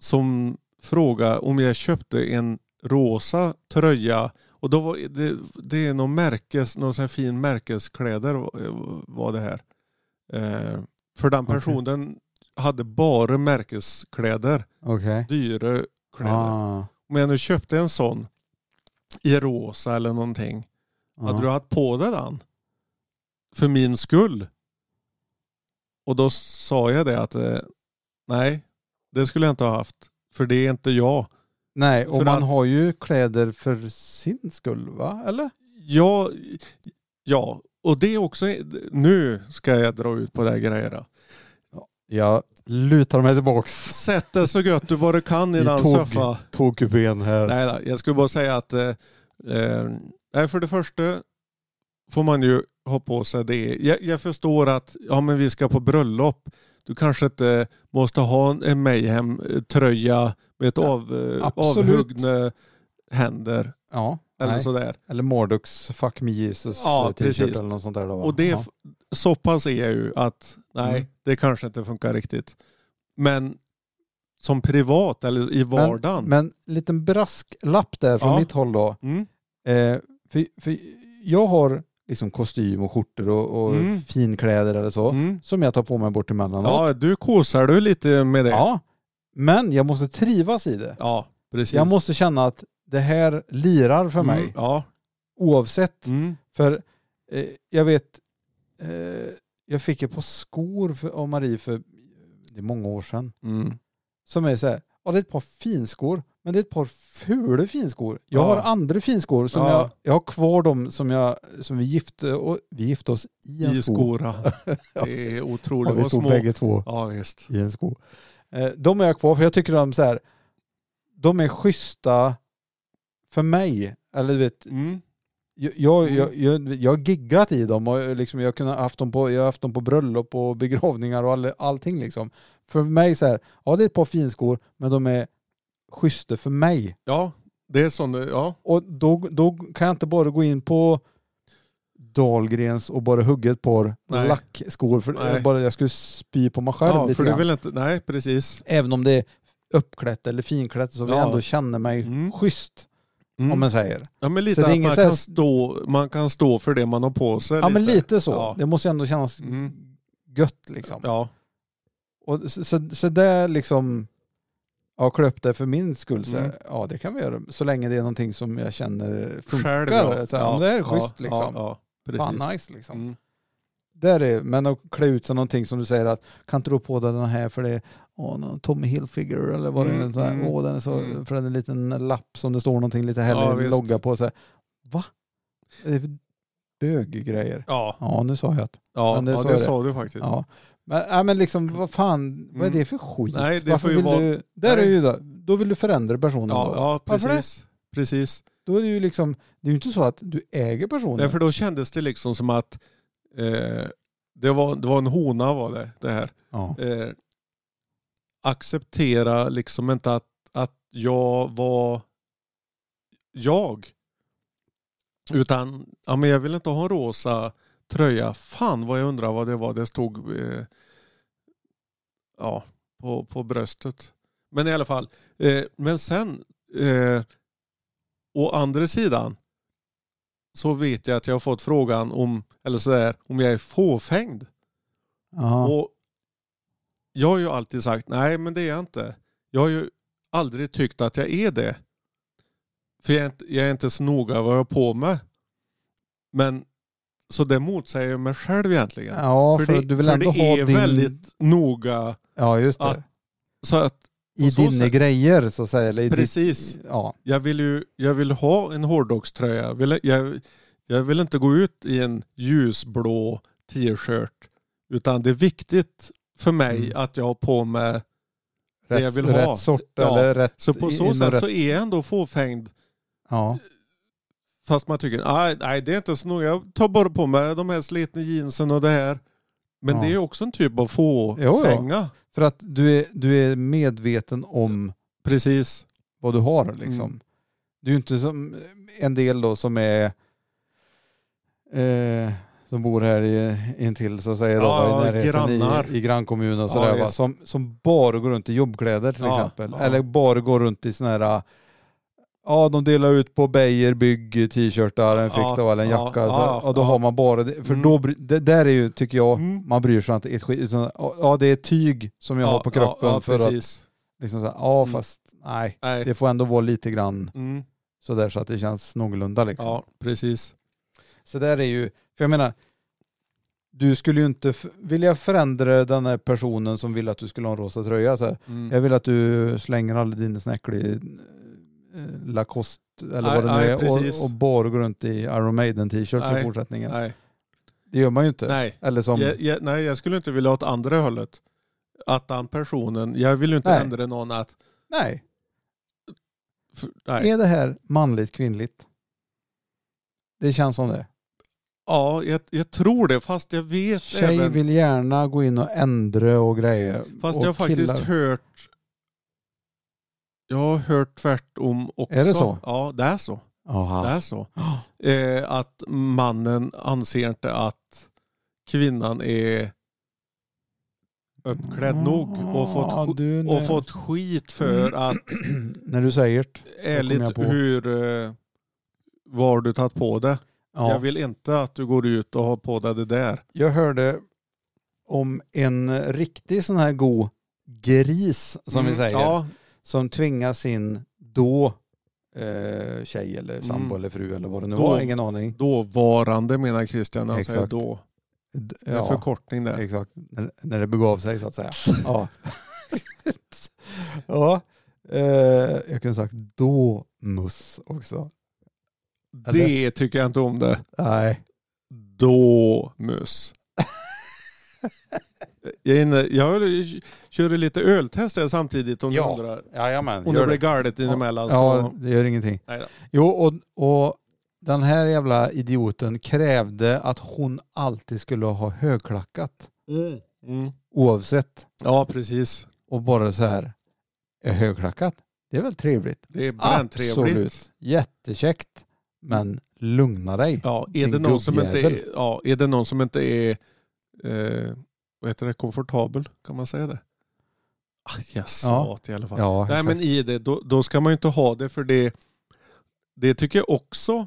som frågade om jag köpte en rosa tröja. Och då var det, det är någon märkes, någon sån här fin märkeskläder var- var det här. Eh, för den Okej. personen hade bara märkeskläder. Okej. Dyra kläder. Ah, Om jag nu köpte en sån i rosa eller någonting. Hade ja. du haft på dig den? För min skull? Och då sa jag det att eh, nej, det skulle jag inte ha haft. För det är inte jag. Nej, och För man att- har ju kläder för sin skull, va? Eller? Jag, ja, och det är också, nu ska jag dra ut på det här grejerna. Jag lutar mig tillbaks. Sätt dig så gött du bara kan i, I den tåg. soffa. Tågkupén här. Nej, nej, jag skulle bara säga att eh, eh, nej, för det första får man ju ha på sig det. Jag, jag förstår att ja, men vi ska på bröllop. Du kanske inte måste ha en- en Mayhem-tröja med ett av, eh, absolut. avhuggna händer Ja, eller nej. sådär. eller Marduk's Fuck Me Jesus Ja, eh, t-shirt precis. eller något sånt där. Då, va? Och det, ja. så pass är jag ju att nej, Mm. det kanske inte funkar riktigt. Men som privat eller i vardagen. Men liten brasklapp där från mm. Ja. mitt håll då. mm, Eh, för, för jag har liksom kostym och skjortor och, och Mm. finkläder eller så. mm. Som jag tar på mig bort emellanåt. Ja, du kosar du lite med det. ja. Men jag måste trivas i det. Ja, precis. Jag måste känna att det här lirar för mig. Mm, ja. Oavsett Mm. För eh, jag vet, eh, jag fick ett par skor för, av Marie för det är många år sedan. Mm. Som är så här, ja det är ett par finskor, men det är ett par fula finskor. Jag Ja. har andra finskor som Ja. jag, jag har kvar dem som, jag, som vi gifte och vi gifte oss i en I sko. Skora. Ja. Det är Ja, otroligt. vi Vad stod små. bägge två Ja, just. i en sko. Eh, de är jag kvar för jag tycker de så här, de är schyssta för mig. Eller du vet, Mm. Jag, jag, Mm. jag, jag, jag har giggat i dem och liksom jag, har kunnat haft dem på, jag har haft dem på bröllop och begravningar och all, allting liksom. För mig så här, ja det är ett par finskor men de är schyssta för mig. Ja, det är sån ja. Och då, då kan jag inte bara gå in på Dahlgrens och bara hugga ett par Nej. lackskor för Nej. bara jag skulle spy på mig själv ja lite för du grann. vill inte, nej precis. Även om det är uppklätt eller finklätt så vill Ja. jag ändå känna mig Mm. schysst Mm. om man säger. ja, men så lite det är att ingen man så här- kan, stå, man kan stå för det man har på sig. Ja men lite så. Ja. Det måste ändå kännas Mm. gött liksom. Ja. Och så, så, så där liksom, ja klä upp det för min skull, så här, Mm. ja det kan vi göra. Så länge det är någonting som jag känner funkar. Själv, ja. Så här, ja, det här är schysst ja, liksom. Ja, ja, precis. Fan nice liksom. Mm. Där är, men att klä ut sig någonting som du säger att kan inte du ha på dig den här för det är åh, någon Tommy Hilfiger eller vad det är. Mm, Så här, mm, åh, den är så, mm. För den är en liten lapp som det står någonting lite Ja, härlig visst. logga på. Så här, Va? Det är för böggrejer. Ja, Ja nu sa jag att. ja, Men det ja sa det det. sa du faktiskt. Ja. Men, ja, men liksom, vad fan, vad är det för skit? Nej, det Varför får ju vill vara... du, där Nej. är ju då, då vill du förändra personen Ja, då. ja Varför det? precis. Precis. Då är det ju liksom, det är ju inte så att du äger personen. Nej, för då kändes det liksom som att eh, det, var, det var en hona var det, det här. ja. eh, acceptera liksom inte att, att jag var jag. Utan, ja men jag vill inte ha en rosa tröja. Fan vad jag undrar vad det var det stod eh, ja, på, på bröstet. Men i alla fall, eh, men sen eh, å andra sidan så vet jag att jag har fått frågan om, eller sådär, om jag är fåfängd. Ja. Och jag har ju alltid sagt nej men det är jag inte. Jag har ju aldrig tyckt att jag är det. För jag är inte, jag är inte så noga vad jag har på mig. Men så det motsäger jag mig själv egentligen. Ja, för, det, du vill för ändå det är ha din... väldigt noga. ja, just det. att- Så att I på så dina sätt- grejer så att säga. Eller i ditt- precis, ja. jag vill ju jag vill ha en hårdrockströja. Jag vill, jag, jag vill inte gå ut i en ljusblå t-shirt. Utan det är viktigt för mig Mm. att jag har på mig det Rätt, jag vill rätt ha. sort Ja, eller rätt... Så på i- så inom sätt rätt- så är jag ändå fåfängd. Ja. Fast man tycker, nej, nej det är inte så noga. Jag tar bara på mig de här slitna jeansen och det här. Men Ja. det är också en typ av Jo, ja. fåfänga. För att du är, du är medveten om Precis. vad du har liksom. Mm. Du är ju inte som eh, en del då som är eh, som bor här i, intill så att säga då, Ja, i närheten grannar. i, i grannkommunen och Ja, sådär va? visst. Som, som bara går runt i jobbkläder till Ja, exempel. ja. Eller bara går runt i sådana här eh, Ja, de delar ut på Beijer bygg eh, t-shirtar, en Ja, fick då, eller en ja, jacka. ja, så, och då ja. har man bara det. För Mm. då, bry- det där är ju, tycker jag, Mm. man bryr sig inte ett skit. Utan, ja, det är tyg som jag har på kroppen Ja, ja, för att precis. liksom så här, ja Mm. fast nej, Nej. det får ändå vara lite grann Mm. sådär så att det känns någorlunda liksom. Ja, precis. Så där är ju, för jag menar, du skulle ju inte f- vilja förändra den här personen som vill att du skulle ha en rosa tröja. Så här, Mm. jag vill att du slänger all din snäcklig eh, Lacoste eller vad det Nej, nu nej, är precis. och, och bara går runt i Iron Maiden t-shirt i Nej, fortsättningen. Nej. Det gör man ju inte. Nej. Eller som, Jag, jag, nej, jag skulle inte vilja åt andra hållet. Att den personen, jag vill ju inte Nej. ändra någon att... nej. För, nej. Är det här manligt kvinnligt? Det känns som det. Ja, jag, jag tror det, fast jag vet Tjej även... vill gärna gå in och ändra och grejer. Fast och jag har faktiskt killar. hört... Jag har hört tvärtom också. Är det så? Ja, det är så. Det Jaha. är så. Eh, att mannen anser inte att kvinnan är uppklädd nog och fått, Mm. Ja, sk- du, när- Mm. och fått skit för att När du säger det. jag ärligt på. hur eh, var du tagit på det. Ja. Jag vill inte att du går ut och har på dig det där. Jag hörde om en riktig sån här god gris som vi Mm, säger. Ja, Som tvingas in då eh, tjej eller sambo Mm. eller fru eller vad det nu Då. var. Ingen aning. dåvarande menar Christian när han säger Exakt. då. D- Det är förkortning där. Exakt, när, när det begav sig så att säga. Ja. ja. Eh, jag kunde sagt då-muss också. Eller? Det tycker jag inte om det. Nej. Domus. jag, är inne, jag körde lite öltest där samtidigt om Ja, du undrar. Jajamän, Om det blir galet Ja. inemellan Ja, så... det gör ingenting. Alltså, Nej då. Jo, och, och den här jävla idioten krävde att hon alltid skulle ha högklackat Mm. oavsett. Ja, precis. Och bara så här, "Är högklackat, det är väl trevligt? Det är bränntrevligt. Jättekäckt, men lugna dig. Ja, är Din det, någon som inte är, gubbjävel. ja, är det någon som inte är eh, vad heter det, komfortabel? Kan man säga det? Ah, jag sa det i alla fall. Ja, Nej, exakt. men i det, då, då ska man ju inte ha det för det, det tycker jag också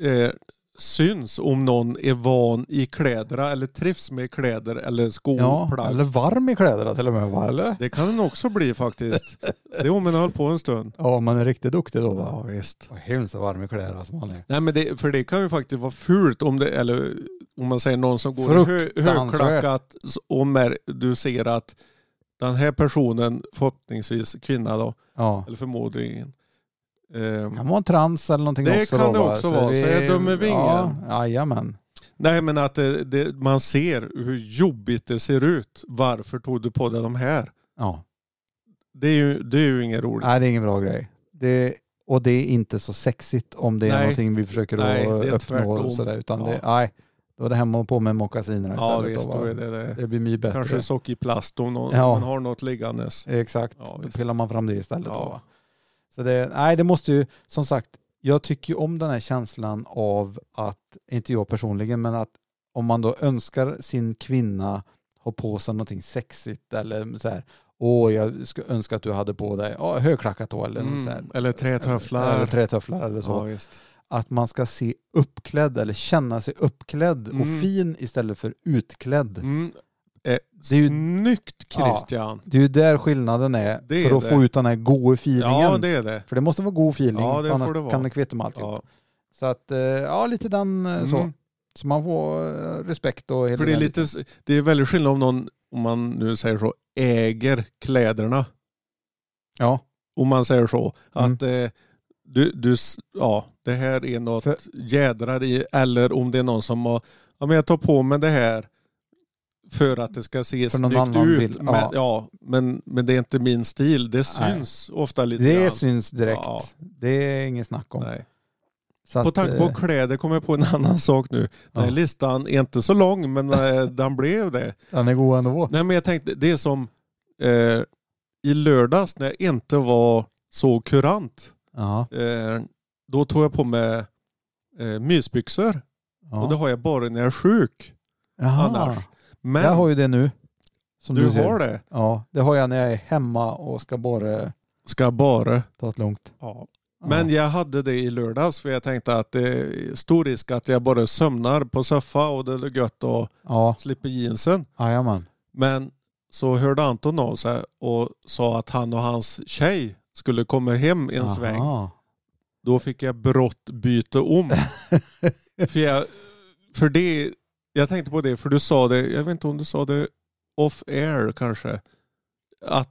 eh, syns om någon är van i kläderna eller trivs med kläder eller Ja, skoplagg. eller varm i kläderna till och med va? Eller? Det kan den också bli faktiskt. Det är om man höll på en stund. Ja, man är riktigt duktig då va? Ja, visst. Vad hemskt vad varm i kläderna som man är. Nej, men det, för det kan ju faktiskt vara fult om det, eller om man säger någon som går i hö, Fruktansvärt. högklackat s- och mär, du ser att den här personen, förhoppningsvis kvinna då, Ja. eller förmodligen, Det ehm, kan vara en trans eller någonting Det också kan då, det va? också vara, så jag dömer vi Ja, ingen. jajamän. Nej men att det, det, man ser hur jobbigt det ser ut. Varför tog du på dig de här? Ja. Det är ju, det är ju ingen roligt. Nej, det är ingen bra grej. Det, och det är inte så sexigt om det är Nej. någonting vi försöker Nej, att det är uppnå. Och tvärtom. sådär, utan Ja. det, nej, då är det hemma och på med mockasiner ja istället. visst, va? då är det det. Det blir mycket bättre. Kanske sockerplast om någon, Ja. man har något liggandes. Exakt, Ja, då visst. pillar man fram det istället. Ja. Då, va? Så det, nej, det måste ju, som sagt, jag tycker ju om den här känslan av att, inte jag personligen, men att om man då önskar sin kvinna ha på sig någonting sexigt eller så här, åh jag skulle önska att du hade på dig ja, högklackat då eller något så här, Mm. Eller trätöfflar. eller trätöfflar eller så. Ja, visst. Att man ska se uppklädd eller känna sig uppklädd och Mm. fin istället för utklädd. Mm. Eh, är ju- Snyggt Christian. Det är ju där skillnaden är, Det är för att det. få ut den här goa feelingen. Ja, det är det. För det måste vara god feeling, Ja, det får annars det vara. kan det kvitta med alltihop. Ja. Så att, eh, ja lite den eh, så. Mm. Så man får eh, respekt och hela För det är, den lite, det är väldigt skillnad om någon, om man nu säger så, äger kläderna. Ja, Om man säger så. Mm. Att eh, du, du, s- ja, det här är något För- jädrar i. Eller om det är någon som har, ja men jag tar på mig det här för att det ska se För någon snyggt annan ut. vill- men, ja. ja. men, men det är inte min stil. Det Nej. syns ofta lite det grann. syns direkt. Ja. Det är inget snack om. Nej. Så På att, tanke eh, på kläder kommer jag på en annan sak nu. Den här Ja. listan är inte så lång men eh, den blev det. den är god ändå. Nej men jag tänkte, det är som eh, i lördags när jag inte var så kurant. Ja, Eh, då tog jag på mig eh, mysbyxor. Och det ja. har jag bara när jag är sjuk. Jaha. annars. Men Jag har ju det nu. Som du, du, ser. har det. Ja, det har jag när jag är hemma och ska bara Ska bara. ta det lugnt. Ja. Ja. Men jag hade det i lördags för jag tänkte att det är stor risk att jag bara sömnar på soffa och det är gött att Ja, slippa jeansen. jajamän. Men så hörde Anton av sig och sa att han och hans tjej skulle komma hem en sväng. Aha. Då fick jag brått byta om. för, jag, för det, jag tänkte på det, för du sa det, jag vet inte om du sa det off air kanske. Att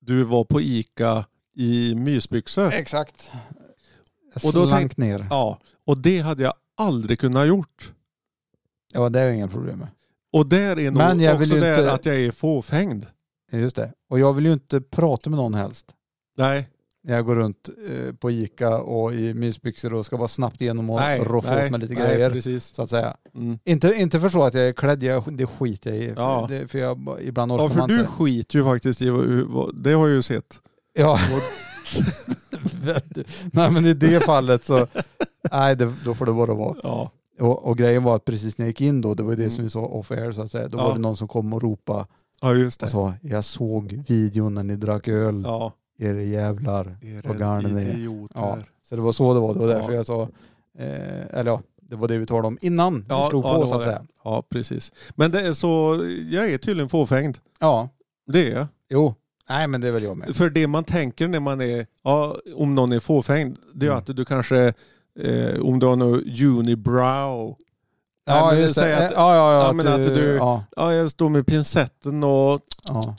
du var på Ica i mysbyxor. Exakt. Jag Och och då då slank ner. Ja, och det hade jag aldrig kunnat gjort. Ja, det är ju inga problem med. Och där är nog Men jag vill också ju där inte- att jag är fåfängd. Just det. Och jag vill ju inte prata med någon helst. Nej, när jag går runt eh, på Ica och i mysbyxor och ska bara snabbt igenom och nej, roffa nej, åt mig lite nej, grejer. Precis. Så att säga. Mm. Inte, inte för så att jag är klädd, jag, det skiter jag i. Ja. Det, för jag, bara- ibland orkar Ja, för man du inte. skiter ju faktiskt i vad- vad- det har jag ju sett. Ja. nej men i det fallet så, nej det, då får det bara vara. Ja, Och, och grejen var att precis när jag gick in då, det var ju det Mm. som vi sa off air så att säga, då Ja. var det någon som kom och ropade ja just och det. sa jag såg videon när ni drack öl, Ja. er jävlar. Är Vad det garnen är. idioter. Ja, så det var så det var. Det var därför Ja. jag sa, eh, eller ja, det var det vi talade om innan vi Ja, slog ja, på det så att var det. säga. Ja, precis. Men det är så, jag är tydligen fåfängd. Ja, Det är jag. jo. Nej men det är väl jag med. För det man tänker när man är, ja, om någon är fåfängd, det är Mm. att du kanske, eh, om du har någon unibrow, Nej, Ja, men just det. säg att- Eh, ja, ja, ja, ja, men att du- Ja, ja, jag står med pincetten och ja,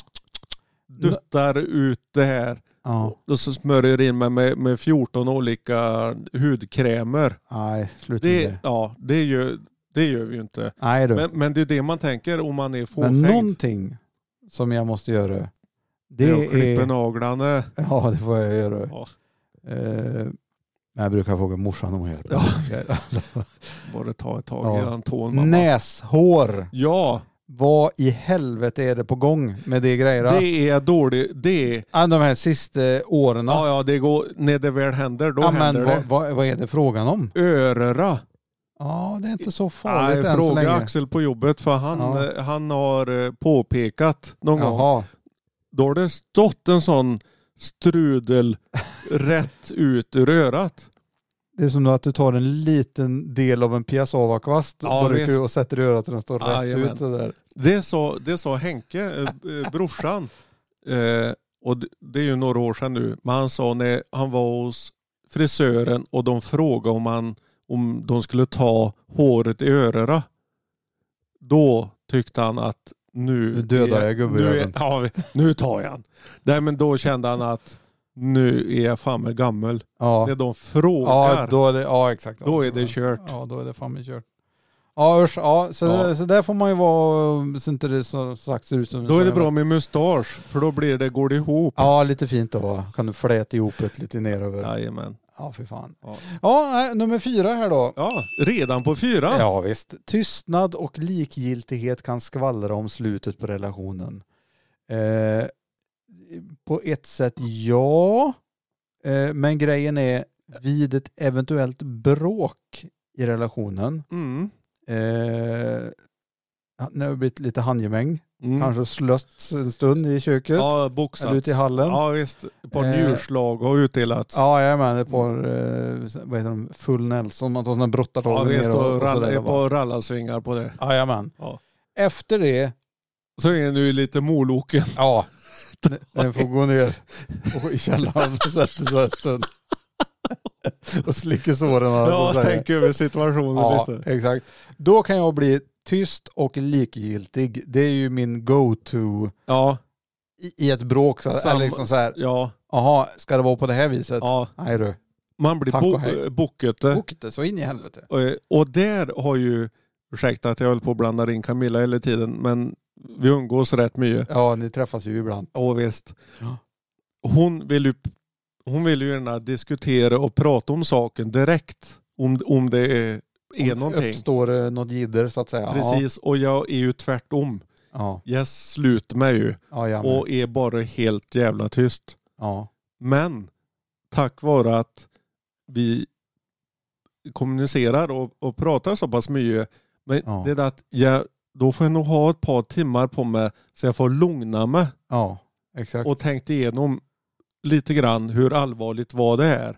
duttar ut det här. ja. Och så smörjer jag in mig med, med 14 olika hudkrämer. Nej, sluta med Det, det. ja, det, gör, det gör vi ju inte. Nej du. Men, Men, men det är det man tänker om man är fåfängd. någonting som jag måste göra. det Det är... Klipper är... naglarna. Ja, det får jag göra. Ja. Eh, men jag brukar fråga morsan om hjälp. Ja. Bara ta ett tag Ja. i den tån mamma. Näshår. Ja, Vad i helvete är det på gång med de grejerna? det är dåligt. Det är, Ja, de här sista åren. ja, ja, det går, när det väl händer, då ja, händer men vad, det. vad, vad är det frågan om? Örera. Ja, det är inte så farligt Nej, än så fråga länge. Axel på jobbet för han, Ja. eh, han har eh, påpekat någon gång. Jaha, Då har det stått en sån strudel rätt ut ur örat. det är som att du tar en liten del av en piassavakvast Ja, och, rycker visst. och sätter i örat och den står Jajamän. rätt ut. Sådär. Det sa, det sa Henke, eh, eh, brorsan. Eh, och det, det är ju några år sedan nu. Men han sa när han var hos frisören och de frågade om, han, om de skulle ta håret i öronen. Då tyckte han att nu... Nu dödar jag nu, är, gubbjäveln. ja, nu tar jag han. Nej men då kände han att nu är jag fan med gammal. Ja. När de frågar. Ja, då är det, ja, exakt. Då är det kört. Ja, då är det fan med kört. Ja, usch, ja, så, Ja. Där, så där får man ju vara, så inte det som sagt ser ut som... då är det bra med mustasch. För då blir det, går det ihop. Ja, lite fint då. va? Kan du fläta ihop det lite neröver. Jajamän. Ja, för fan. Ja, Ja. nej, nummer fyra här då. Ja, redan på fyran. Ja, visst. Tystnad och likgiltighet kan skvallra om slutet på relationen. Eh, på ett sätt ja, eh, men grejen är vid ett eventuellt bråk i relationen. Mm. Eh, han- nu har det blivit lite handgemäng. Mm. Kanske slösts en stund i köket. Ja, Ja, boxats. Eller ute i hallen. Ja, visst. Ett par Eh. njurslag har utdelats. jajamän. Ett par, eh, vad heter de, full Nelson. Man tar sådana Mm. Ja, brottartavlor visst. ner och, Och och rall, sådär. ett va. par rallarsvingar på det. Jajamän. Ja. Efter det, Så är du lite moloken. ja, den- den får gå ner och i källaren och sätta sig en stund. och slicka såren. höll jag på Ja, att säga. tänk över situationen Ja, lite. exakt. Då kan jag bli tyst och likgiltig. Det är ju min go-to Ja, i- i ett bråk. Så, sam- eller liksom så här, ja, jaha, ska det vara på det här viset? ja. Nej du, Man blir Tack och bo- hej. bokete. bok det så in i helvete. Och- Och där har ju, ursäkta att jag höll på att blanda in Camilla hela tiden, men vi umgås rätt mycket. Ja, ni träffas ju ibland. Ja, visst. Ja. Hon vill ju, hon vill ju gärna diskutera och prata om saken direkt. Om, om det är, är Om någonting. Uppstår eh, något jidder så att säga. Precis, och jag är ju tvärtom. Ja, Jag sluter mig ju ja, ja, och... och är bara helt jävla tyst. ja. Men tack vare att vi kommunicerar och, och pratar så pass mycket. Men Ja. det är det att jag, då får jag nog ha ett par timmar på mig så jag får lugna mig ja, exakt. och tänkt igenom lite grann hur allvarligt var det här.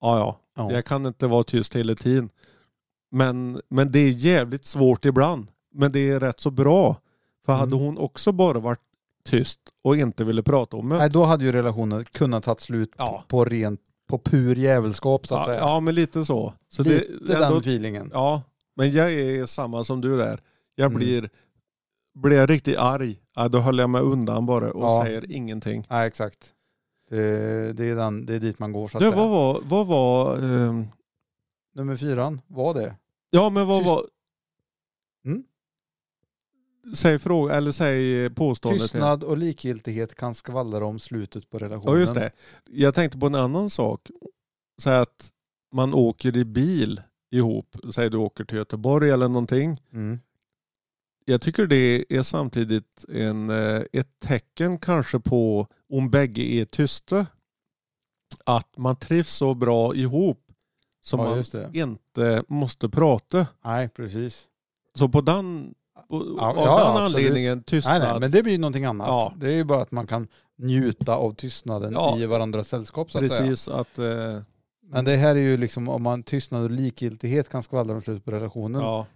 Ja, ja, ja. jag kan inte vara tyst hela tiden. Men, men det är jävligt svårt ibland. Men det är rätt så bra. För Mm. hade hon också bara varit tyst och inte ville prata om det. Nej, då hade ju relationen kunnat ta slut Ja. på rent, på pur jävelskap så att Ja, säga. ja, men lite så. så Lite ändå- den feelingen. Ja, men jag är samma som du där. Jag Mm. blir, blir jag riktigt arg, ja, då håller jag mig undan bara och Ja. säger ingenting. Nej, exakt. Eh, Det är, den, det är dit man går så att Du, säga. vad var, vad var, ehm, Nummer fyran var det. ja men vad Tyst- var, Mm. säg fråga, eller säg påståendet. igen. Tystnad och likgiltighet kan skvallra om slutet på relationen. Ja just det. Jag tänkte på en annan sak. Så här att man åker i bil ihop, säg du åker till Göteborg eller någonting. Mm. jag tycker det är samtidigt en, eh, ett tecken kanske på om bägge är tysta. Att man trivs så bra ihop som ja, man just det. inte måste prata. Nej, precis. Så på den, på, Ja, av ja, den absolut. anledningen Nej, tystnad. nej, men det blir ju någonting annat. Ja. Det är ju bara att man kan njuta av tystnaden Ja. i varandras sällskap så att säga. Precis att, eh, Men det här är ju liksom om man tystnad och likgiltighet kan skvallra om slutet på relationen. ja.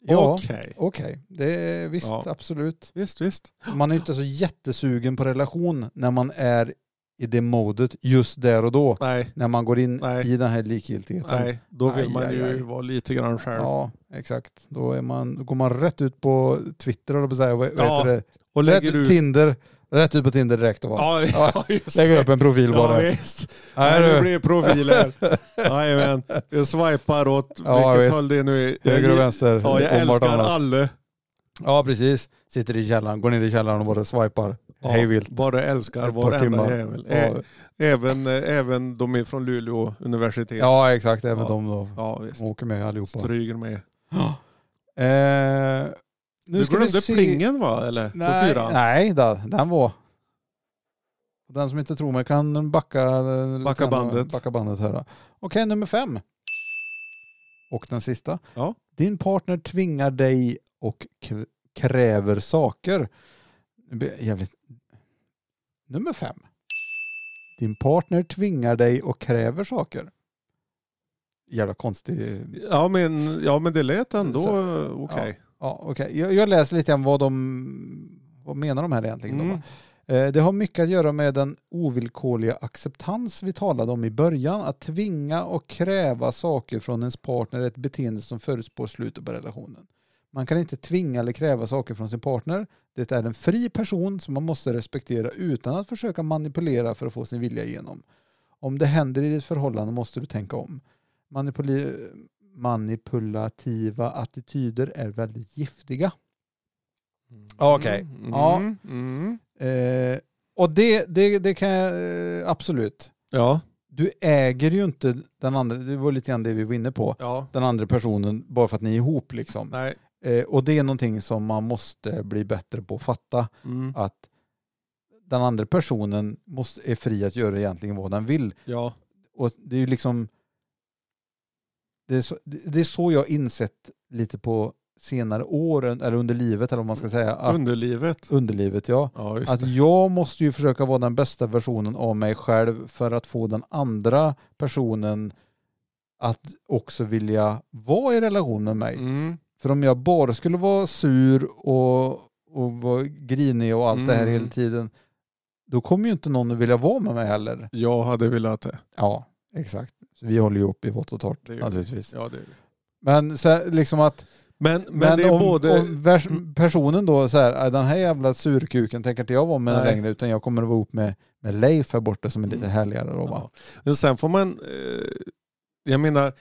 Ja, Okej. Okej, det är visst, Ja. absolut. Visst, visst. Man är ju inte så jättesugen på relation när man är i det modet just där och då. Nej, När man går in Nej. i den här likgiltigheten. nej. Då vill Aj, man aj, ju aj. vara lite grann själv. Ja, exakt. Då, är man, då går man rätt ut på Twitter, eller säga. Vad vad Ja, heter det? Och Rätt, lägger ut... Tinder. Rätt ut på Tinder direkt. Och bara, Ja, ja, just lägger upp det. en profil Ja, bara. visst. Nej, Nej, du. nu blir det profiler. Jajamän. Jag swipar åt Ja, vilket visst. håll det nu är. Jag Höger och gi- vänster. Ja, jag om älskar vartannat. alla. Ja, precis. Sitter i källaren, går ner i källaren och bara swipar. Ja, Hej vilt. Bara älskar Ett par timmar. varenda jävel. Ä- Ja, Även, eh, även de är från Luleå universitet. ja, exakt. Även Ja. de då. Ja, visst. Åker med allihopa. Stryger med. Eh, nu Du ska vi glömde se... plingen va? Eller? Nej, på fyran? nej da, den var... Den som inte tror mig kan backa, eh, lite Backa grann och- bandet. Backa bandet här. då. Okej, nummer fem. Och den sista. Ja. Din partner tvingar dig och kv- kräver saker. Det blir Jävligt. Nummer fem. Din partner tvingar dig och kräver saker. Jävla konstig... Ja, men, ja men det lät ändå Så- eh, okej. Ja, okej. Jag, jag läser lite om vad de vad menar de här egentligen. Mm. Då, va? Eh, det har mycket att göra med den ovillkorliga acceptans vi talade om i början. Att tvinga och kräva saker från ens partner är ett beteende som förutspår slutet på relationen. Man kan inte tvinga eller kräva saker från sin partner. Det är en fri person som man måste respektera utan att försöka manipulera för att få sin vilja igenom. Om det händer i ditt förhållande måste du tänka om. Manipuli- manipulativa attityder är väldigt giftiga. Okej. Mm, Ja. mm, mm. Eh, och det, det, det kan jag eh, absolut. Ja. Du äger ju inte den andra, det var lite grann det vi var inne på, ja. den andra personen bara för att ni är ihop liksom. Nej. Eh, och det är någonting som man måste bli bättre på att fatta. Mm. Att den andra personen måste, är fri att göra egentligen vad den vill. Ja. Och det är ju liksom... Det är, så, det är så jag har insett lite på senare åren, eller under livet eller vad man ska säga. Att, Underlivet. underlivet, ja. Ja, just Att det. jag måste ju försöka vara den bästa versionen av mig själv för att få den andra personen att också vilja vara i relation med mig. Mm. För om jag bara skulle vara sur och, och vara grinig och allt det här Mm. hela tiden, då kommer ju inte någon att vilja vara med mig heller. Jag hade velat det. Ja, exakt. Så vi håller ju upp i vått och torrt Det gör vi. naturligtvis. Ja, det är det. Men så här, liksom att Men, men, men det är om, både... om vers, personen då så här, "Aj, den här jävla surkuken tänker inte jag vara med Nej. längre utan jag kommer att vara ihop med, med Leif här borta som är lite Mm. härligare då va? Ja. Men sen får man... Eh, jag menar,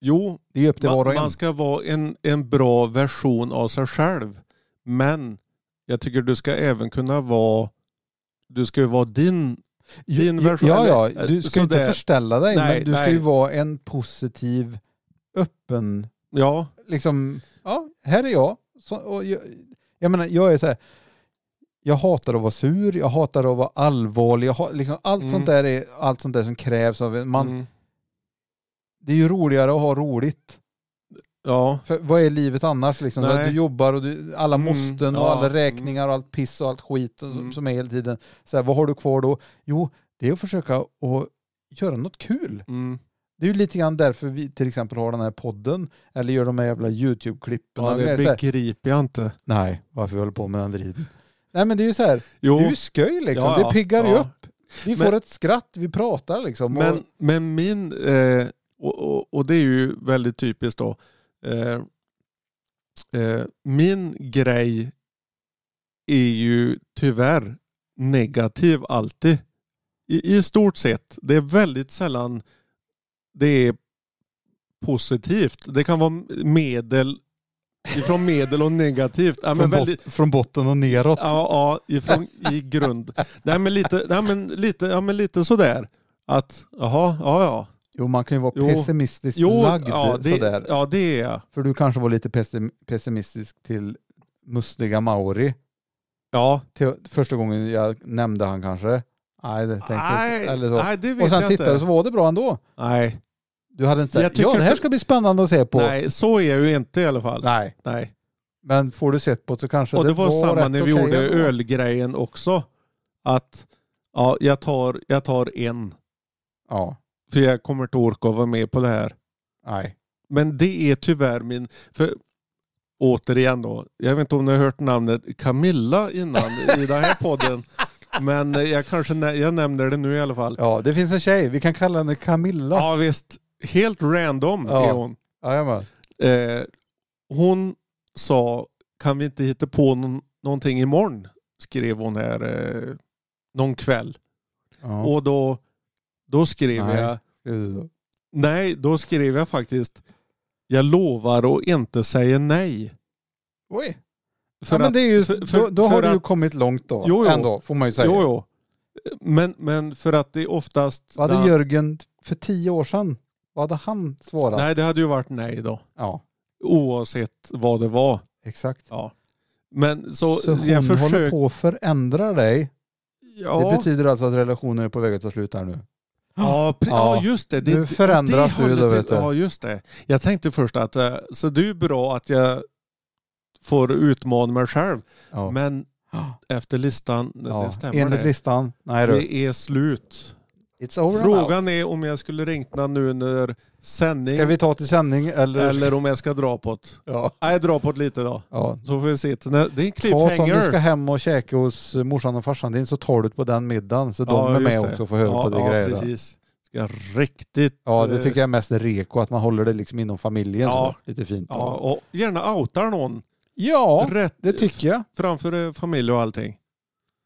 jo, Det är upp till man, var och en. man ska vara en, en bra version av sig själv. Men jag tycker du ska även kunna vara... Du ska ju vara din, din version. ja, ja, eller- du ska ju inte sådär. förställa dig Nej, men du ska ju nej. vara en positiv, öppen, Ja, liksom, ja, här är jag. Så, och jag, jag menar, jag är så här, jag hatar att vara sur, jag hatar att vara allvarlig, jag ha, liksom, allt, Mm. sånt där är, allt sånt där som krävs av en. Man, mm, Det är ju roligare att ha roligt. ja, För vad är livet annars liksom? Så Nej. att Du jobbar och du, alla Mm, måsten och ja, alla räkningar och allt piss och allt skit och, Mm. som är hela tiden. Så här, vad har du kvar då? Jo, det är att försöka att göra något kul. mm, Det är ju lite grann därför vi till exempel har den här podden eller gör de här jävla YouTube-klippen. ja, och grejer det så här. begriper jag inte. Nej, varför vi håller på med den driden? Nej men det är ju så här, Jo, det är ju sköj liksom. Ja, ja, det piggar ju ja. upp. Vi Men- får ett skratt, vi pratar liksom. och, Men, men min, eh, och, och, och det är ju väldigt typiskt då, eh, eh, min grej är ju tyvärr negativ alltid. I, I stort sett. Det är väldigt sällan det är positivt. Det kan vara medel, ifrån medel och negativt. Ja, men från, väldigt, bot- från botten och neråt. Ja, ja ifrån, i grund. Nej, men lite, nej, men lite, ja, men lite sådär. Att, jaha, ja, ja. Jo, man kan ju vara Jo. pessimistiskt Jo, lagd ja, det, sådär. ja, det är jag. För du kanske var lite pessim- pessimistisk till mustiga Mauri Ja. till första gången jag nämnde han kanske. Nej, det tänkte jag Nej, inte. Eller så. nej, det vet Och sen jag inte. tittade du så var det bra ändå. Nej, Du hade inte Jag sagt, tycker ja det här inte- ska bli spännande att se på. nej, så är jag ju inte i alla fall. Nej. Nej. Men får du sett på det så kanske Och det var samma rätt när vi okej gjorde ändå. ölgrejen också. Att, ja, jag tar, jag tar en. Ja, För jag kommer inte orka vara med på det här. nej. Men det är tyvärr min... För, återigen då, jag vet inte om ni har hört namnet Camilla innan i den här podden. Men eh, jag kanske nä- jag nämner det nu i alla fall. Ja, det finns en tjej, vi kan kalla henne Camilla. Ja visst, helt random Ja. är hon. Jajamän. Eh, hon sa, kan vi inte hitta på någon, någonting imorgon? Skrev hon här eh, någon kväll. Ja. Och då, då skrev Nej. jag, Gud. nej då skrev jag faktiskt, jag lovar att inte säga nej. Oj. För Ja, men att- det är ju, för- för- då då för har du ju att- kommit långt då. Jo, jo. Ändå, får man ju säga. Jo, jo. Men, men för att det är oftast... Vad Ja. hade Jörgen för tio år sedan, vad hade han svarat? Nej, det hade ju varit nej då. Ja, Oavsett vad det var. exakt. Ja. Men så, Så, hon jag håller försöker... på att förändra dig. Det Ja, betyder alltså att relationen är på väg att ta slut här nu. ja, pre- Ja. ja, just det. det Nu förändras du det håller då, till- vet du. Ja, just det. Jag tänkte först att, eh, så det är ju bra att jag får utmana mig själv. Ja. Men Ja. efter listan, det- ja. det stämmer Enligt det. listan, nej du. Det är slut. It's over and out. Frågan är om jag skulle ringna nu under sändning Ska vi ta till sändning eller? eller om jag ska dra på det. Ja. Nej, jag drar på det lite då. ja. Så får vi se. Det är en Ta att om cliffhanger. du ska hem och käka hos morsan och farsan din så tar du på den middagen så de är just med det. också och får höra ja, på det ja, grejer. precis. Ska riktigt... Ja, det eh, tycker jag är mest reko, att man håller det liksom inom familjen. Ja. Så. Lite fint. eh, Ja, och gärna outar någon. ja rätt, det tycker jag. Framför eh, familj och allting.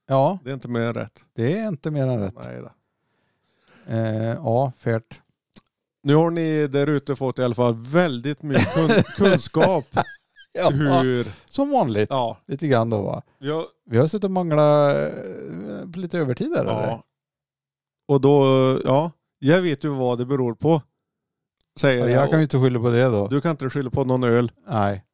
Ja, Det är inte mer än rätt. det är inte mer än rätt. Nej, då. Eh, ja, färt. Nu har ni där ute fått i alla fall väldigt mycket kun kunskap. hur... Som vanligt, Ja, lite grann då va. jag, Vi har suttit och manglat eh, på lite övertid där eller? ja. Och då, ja. Jag vet ju vad det beror på. Säger Jag kan ju inte skylla på det då. Du kan inte skylla på någon öl. eh, Nej.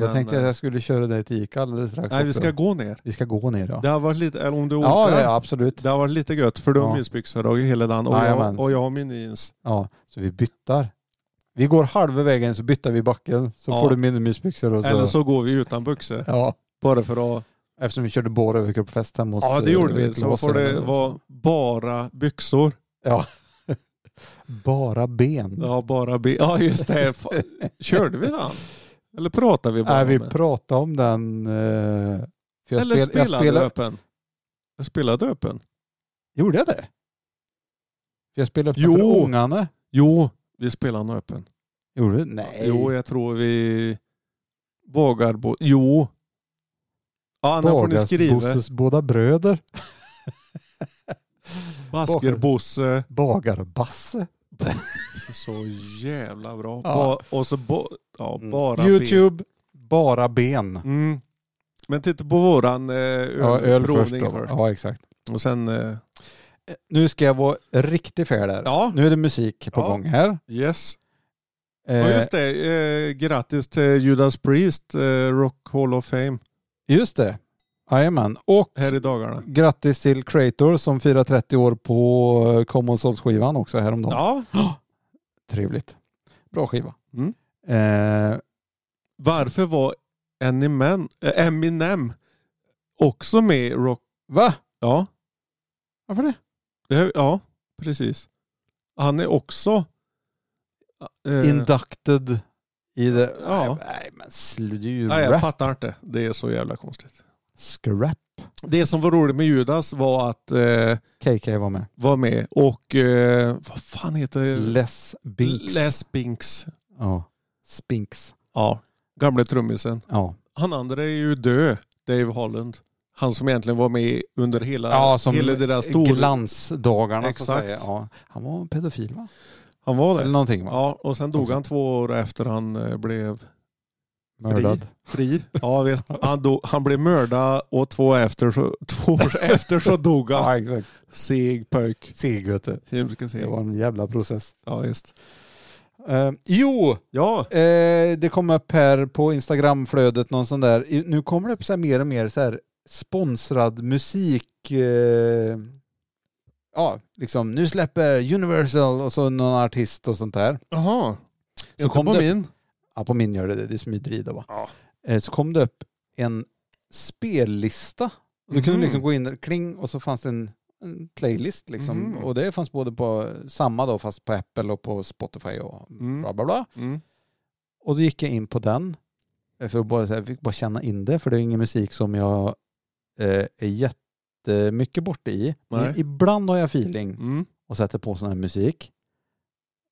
Jag tänkte att jag skulle köra dig till Ica alldeles strax. Nej, vi också. ska gå ner. vi ska gå ner ja. Det har varit lite, eller om du orkar. Ja, ja, absolut. Det har varit lite gött för du har Ja. mysbyxor och hela den och, jag, Jajamän. och jag har min jeans. Ja, så vi byttar. Vi går halva vägen så byttar vi backen så Ja. får du mindre mysbyxor och så. Eller så går vi utan byxor. Ja, Bara för att... eftersom vi körde bara överkroppsfest hemma hos Ja det gjorde eh, vi. Så Låsen. får det vara bara byxor. alltså. Bara ben. Ja bara be- Ja just det. Fa- Körde vi den? Eller pratade vi bara Nej, vi om det? pratade om den. eh, För Eller spel- spelade jag spelade, öppen? Jag spelade öppen. Gjorde jag det? För jag spelade upp Jo. den för ungarna. Jo, vi spelade nog öppen. Gjorde du? Nej. Jo, jag tror vi vågar bo... Jo. Ja, annars får ni Bagas- skriva. Bosses båda bröder. Basker-Bosse. Bagarbasse. Så jävla bra. Ja. Mm. Ba- och så bo- ja, Mm. bara Youtube, bara ben. ben. Mm. Men titta på våran eh, öl, Ja, öl först, provning då. först. Ja, exakt. Och sen... Eh, Nu ska jag vara riktigt fair där. ja, Nu är det musik på Ja. gång här. yes. Eh, Ja, just det. Eh, grattis till Judas Priest, eh, Rock Hall of Fame, Eh, just det. Jajamän. Och här i dagarna. grattis till Creator som firar 30 år på eh, Common Souls-skivan också häromdagen. Ja. Trevligt. Bra skiva. Mm. Eh, Varför var Eminem, eh, Eminem också med i Rock... va? Ja, Varför det? det, här- ja precis. Han är också... eh, Inducted i det... Ja. Nej men sluta ju Nej, jag rap. fattar inte. Det är så jävla konstigt. Scrap. Det som var roligt med Judas var att eh, KK var med. vara med och eh, vad fan heter det? Les Binks. Les Binks. Ja. Spinks. Ja, gamle trummisen. Ja. Han andra är ju död, Dave Holland. Han som egentligen var med under hela, ja, som hela deras stor... glansdagarna. så att Exakt. säga. Ja. Han var en pedofil va? Han var Eller det. någonting va? Ja, och sen dog Också. han två år efter han eh, blev Mördad. fri. Ja, visst. Han, dog, han blev mördad och två, efter så, två år efter så dog han. Ja exakt. Seg pöjk. Seg vet du. Himska seg. Det var en jävla process. Ja, just. Eh, jo! Ja, Eh, det kom upp här på Instagramflödet någon sån där. I- Nu kommer det upp så här mer och mer så här sponsrad musik. Eh, ja, liksom nu släpper Universal och så någon artist och sånt där. jaha. Så Inte kom på det- min. Ja, på min gör det det. Det är smidrida va. Eh, så kom det upp en spellista. Och Du kunde Mhm. liksom gå in kring och så fanns det en, en playlist liksom. Mhm. Och det fanns både på samma då fast på Apple och på Spotify och Mm. bla bla bla. Mm. Och då gick jag in på den. eh, För att bara, så här, jag fick bara känna in det, för det är ingen musik som jag eh, är jättemycket borta i. Nej. Men ibland har jag feeling Mm. och sätter på sån här musik.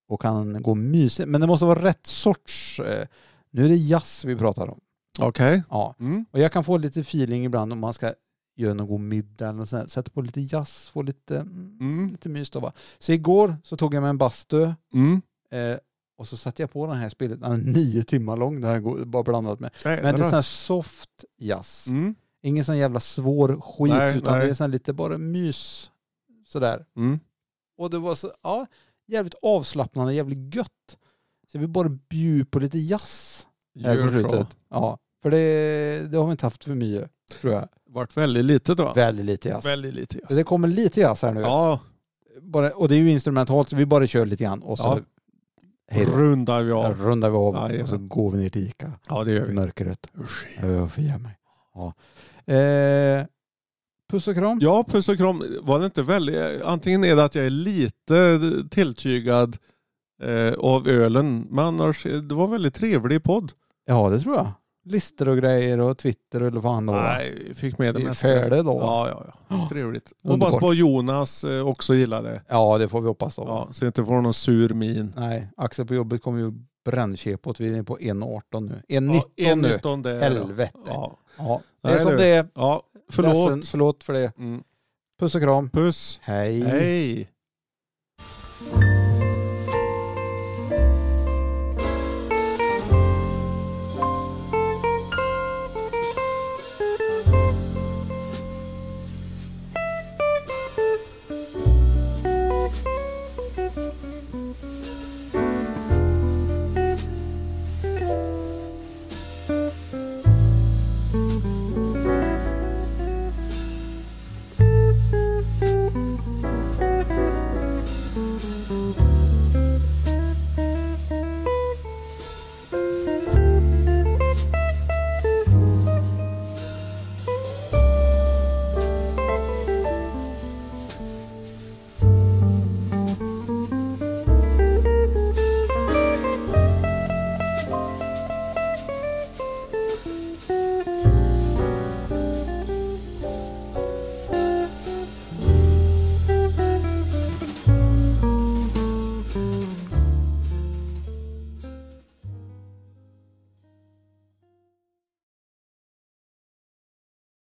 Och kan gå mysigt. Men det måste vara rätt sorts... Eh, nu är det jazz vi pratar om. Okej. Ja. Mm. Och jag kan få lite feeling ibland om man ska göra någon god middag eller något sånt. här. Sätter på lite jazz, få lite, Mm. lite mys då va. Så igår så tog jag med en bastu Mm. Eh, och så satte jag på den här spelet, den är nio timmar lång, den här går bara blandat med. Nej, Men det är där. sån här soft jazz. Mm. Ingen sån jävla svår skit, Nej, utan nej. det är sån här lite bara mys. Sådär. Mm. Och det var så, ja, jävligt avslappnande, jävligt gött. Så vi bara bjud på lite jazz här på Gör så. slutet. Ja, för det, det har vi inte haft för mycket, tror jag. Vart väldigt lite då. Väldigt lite jazz. Väldigt lite. Så det kommer lite jazz här nu. Ja, Bara, och det är ju instrumentalt, så vi bara kör lite grann och så Ja. hej då. rundar vi Där av. rundar vi av Jajamän. och så går vi ner till Ica. Ja, det Mm. gör vi. Mörkret. Jag får ge mig. Ja. Eh, puss och kram. Ja, puss och kram. Var det inte väldigt... Antingen är det att jag är lite tilltygad eh, av ölen, men annars, det var väldigt trevlig podd. Ja, det tror jag. Lister och grejer och Twitter eller vad fan det var. Nej, vi fick med det Vi är mesta. färdiga då. Ja, ja, ja. Trevligt. Underbart. Hoppas på Jonas eh, också gillar det. Ja, det får vi hoppas då. Ja, så jag inte får någon sur min. Nej, Axel på jobbet kommer ju brännkepot. Vi är på 1,18 nu. 1,19 Ja, en nu. 19 det. Helvete. Ja, Ja. Det är Nej, som du. det är. ja Ledsen. förlåt. Förlåt för det. Mm. Puss och kram. Puss. Hej.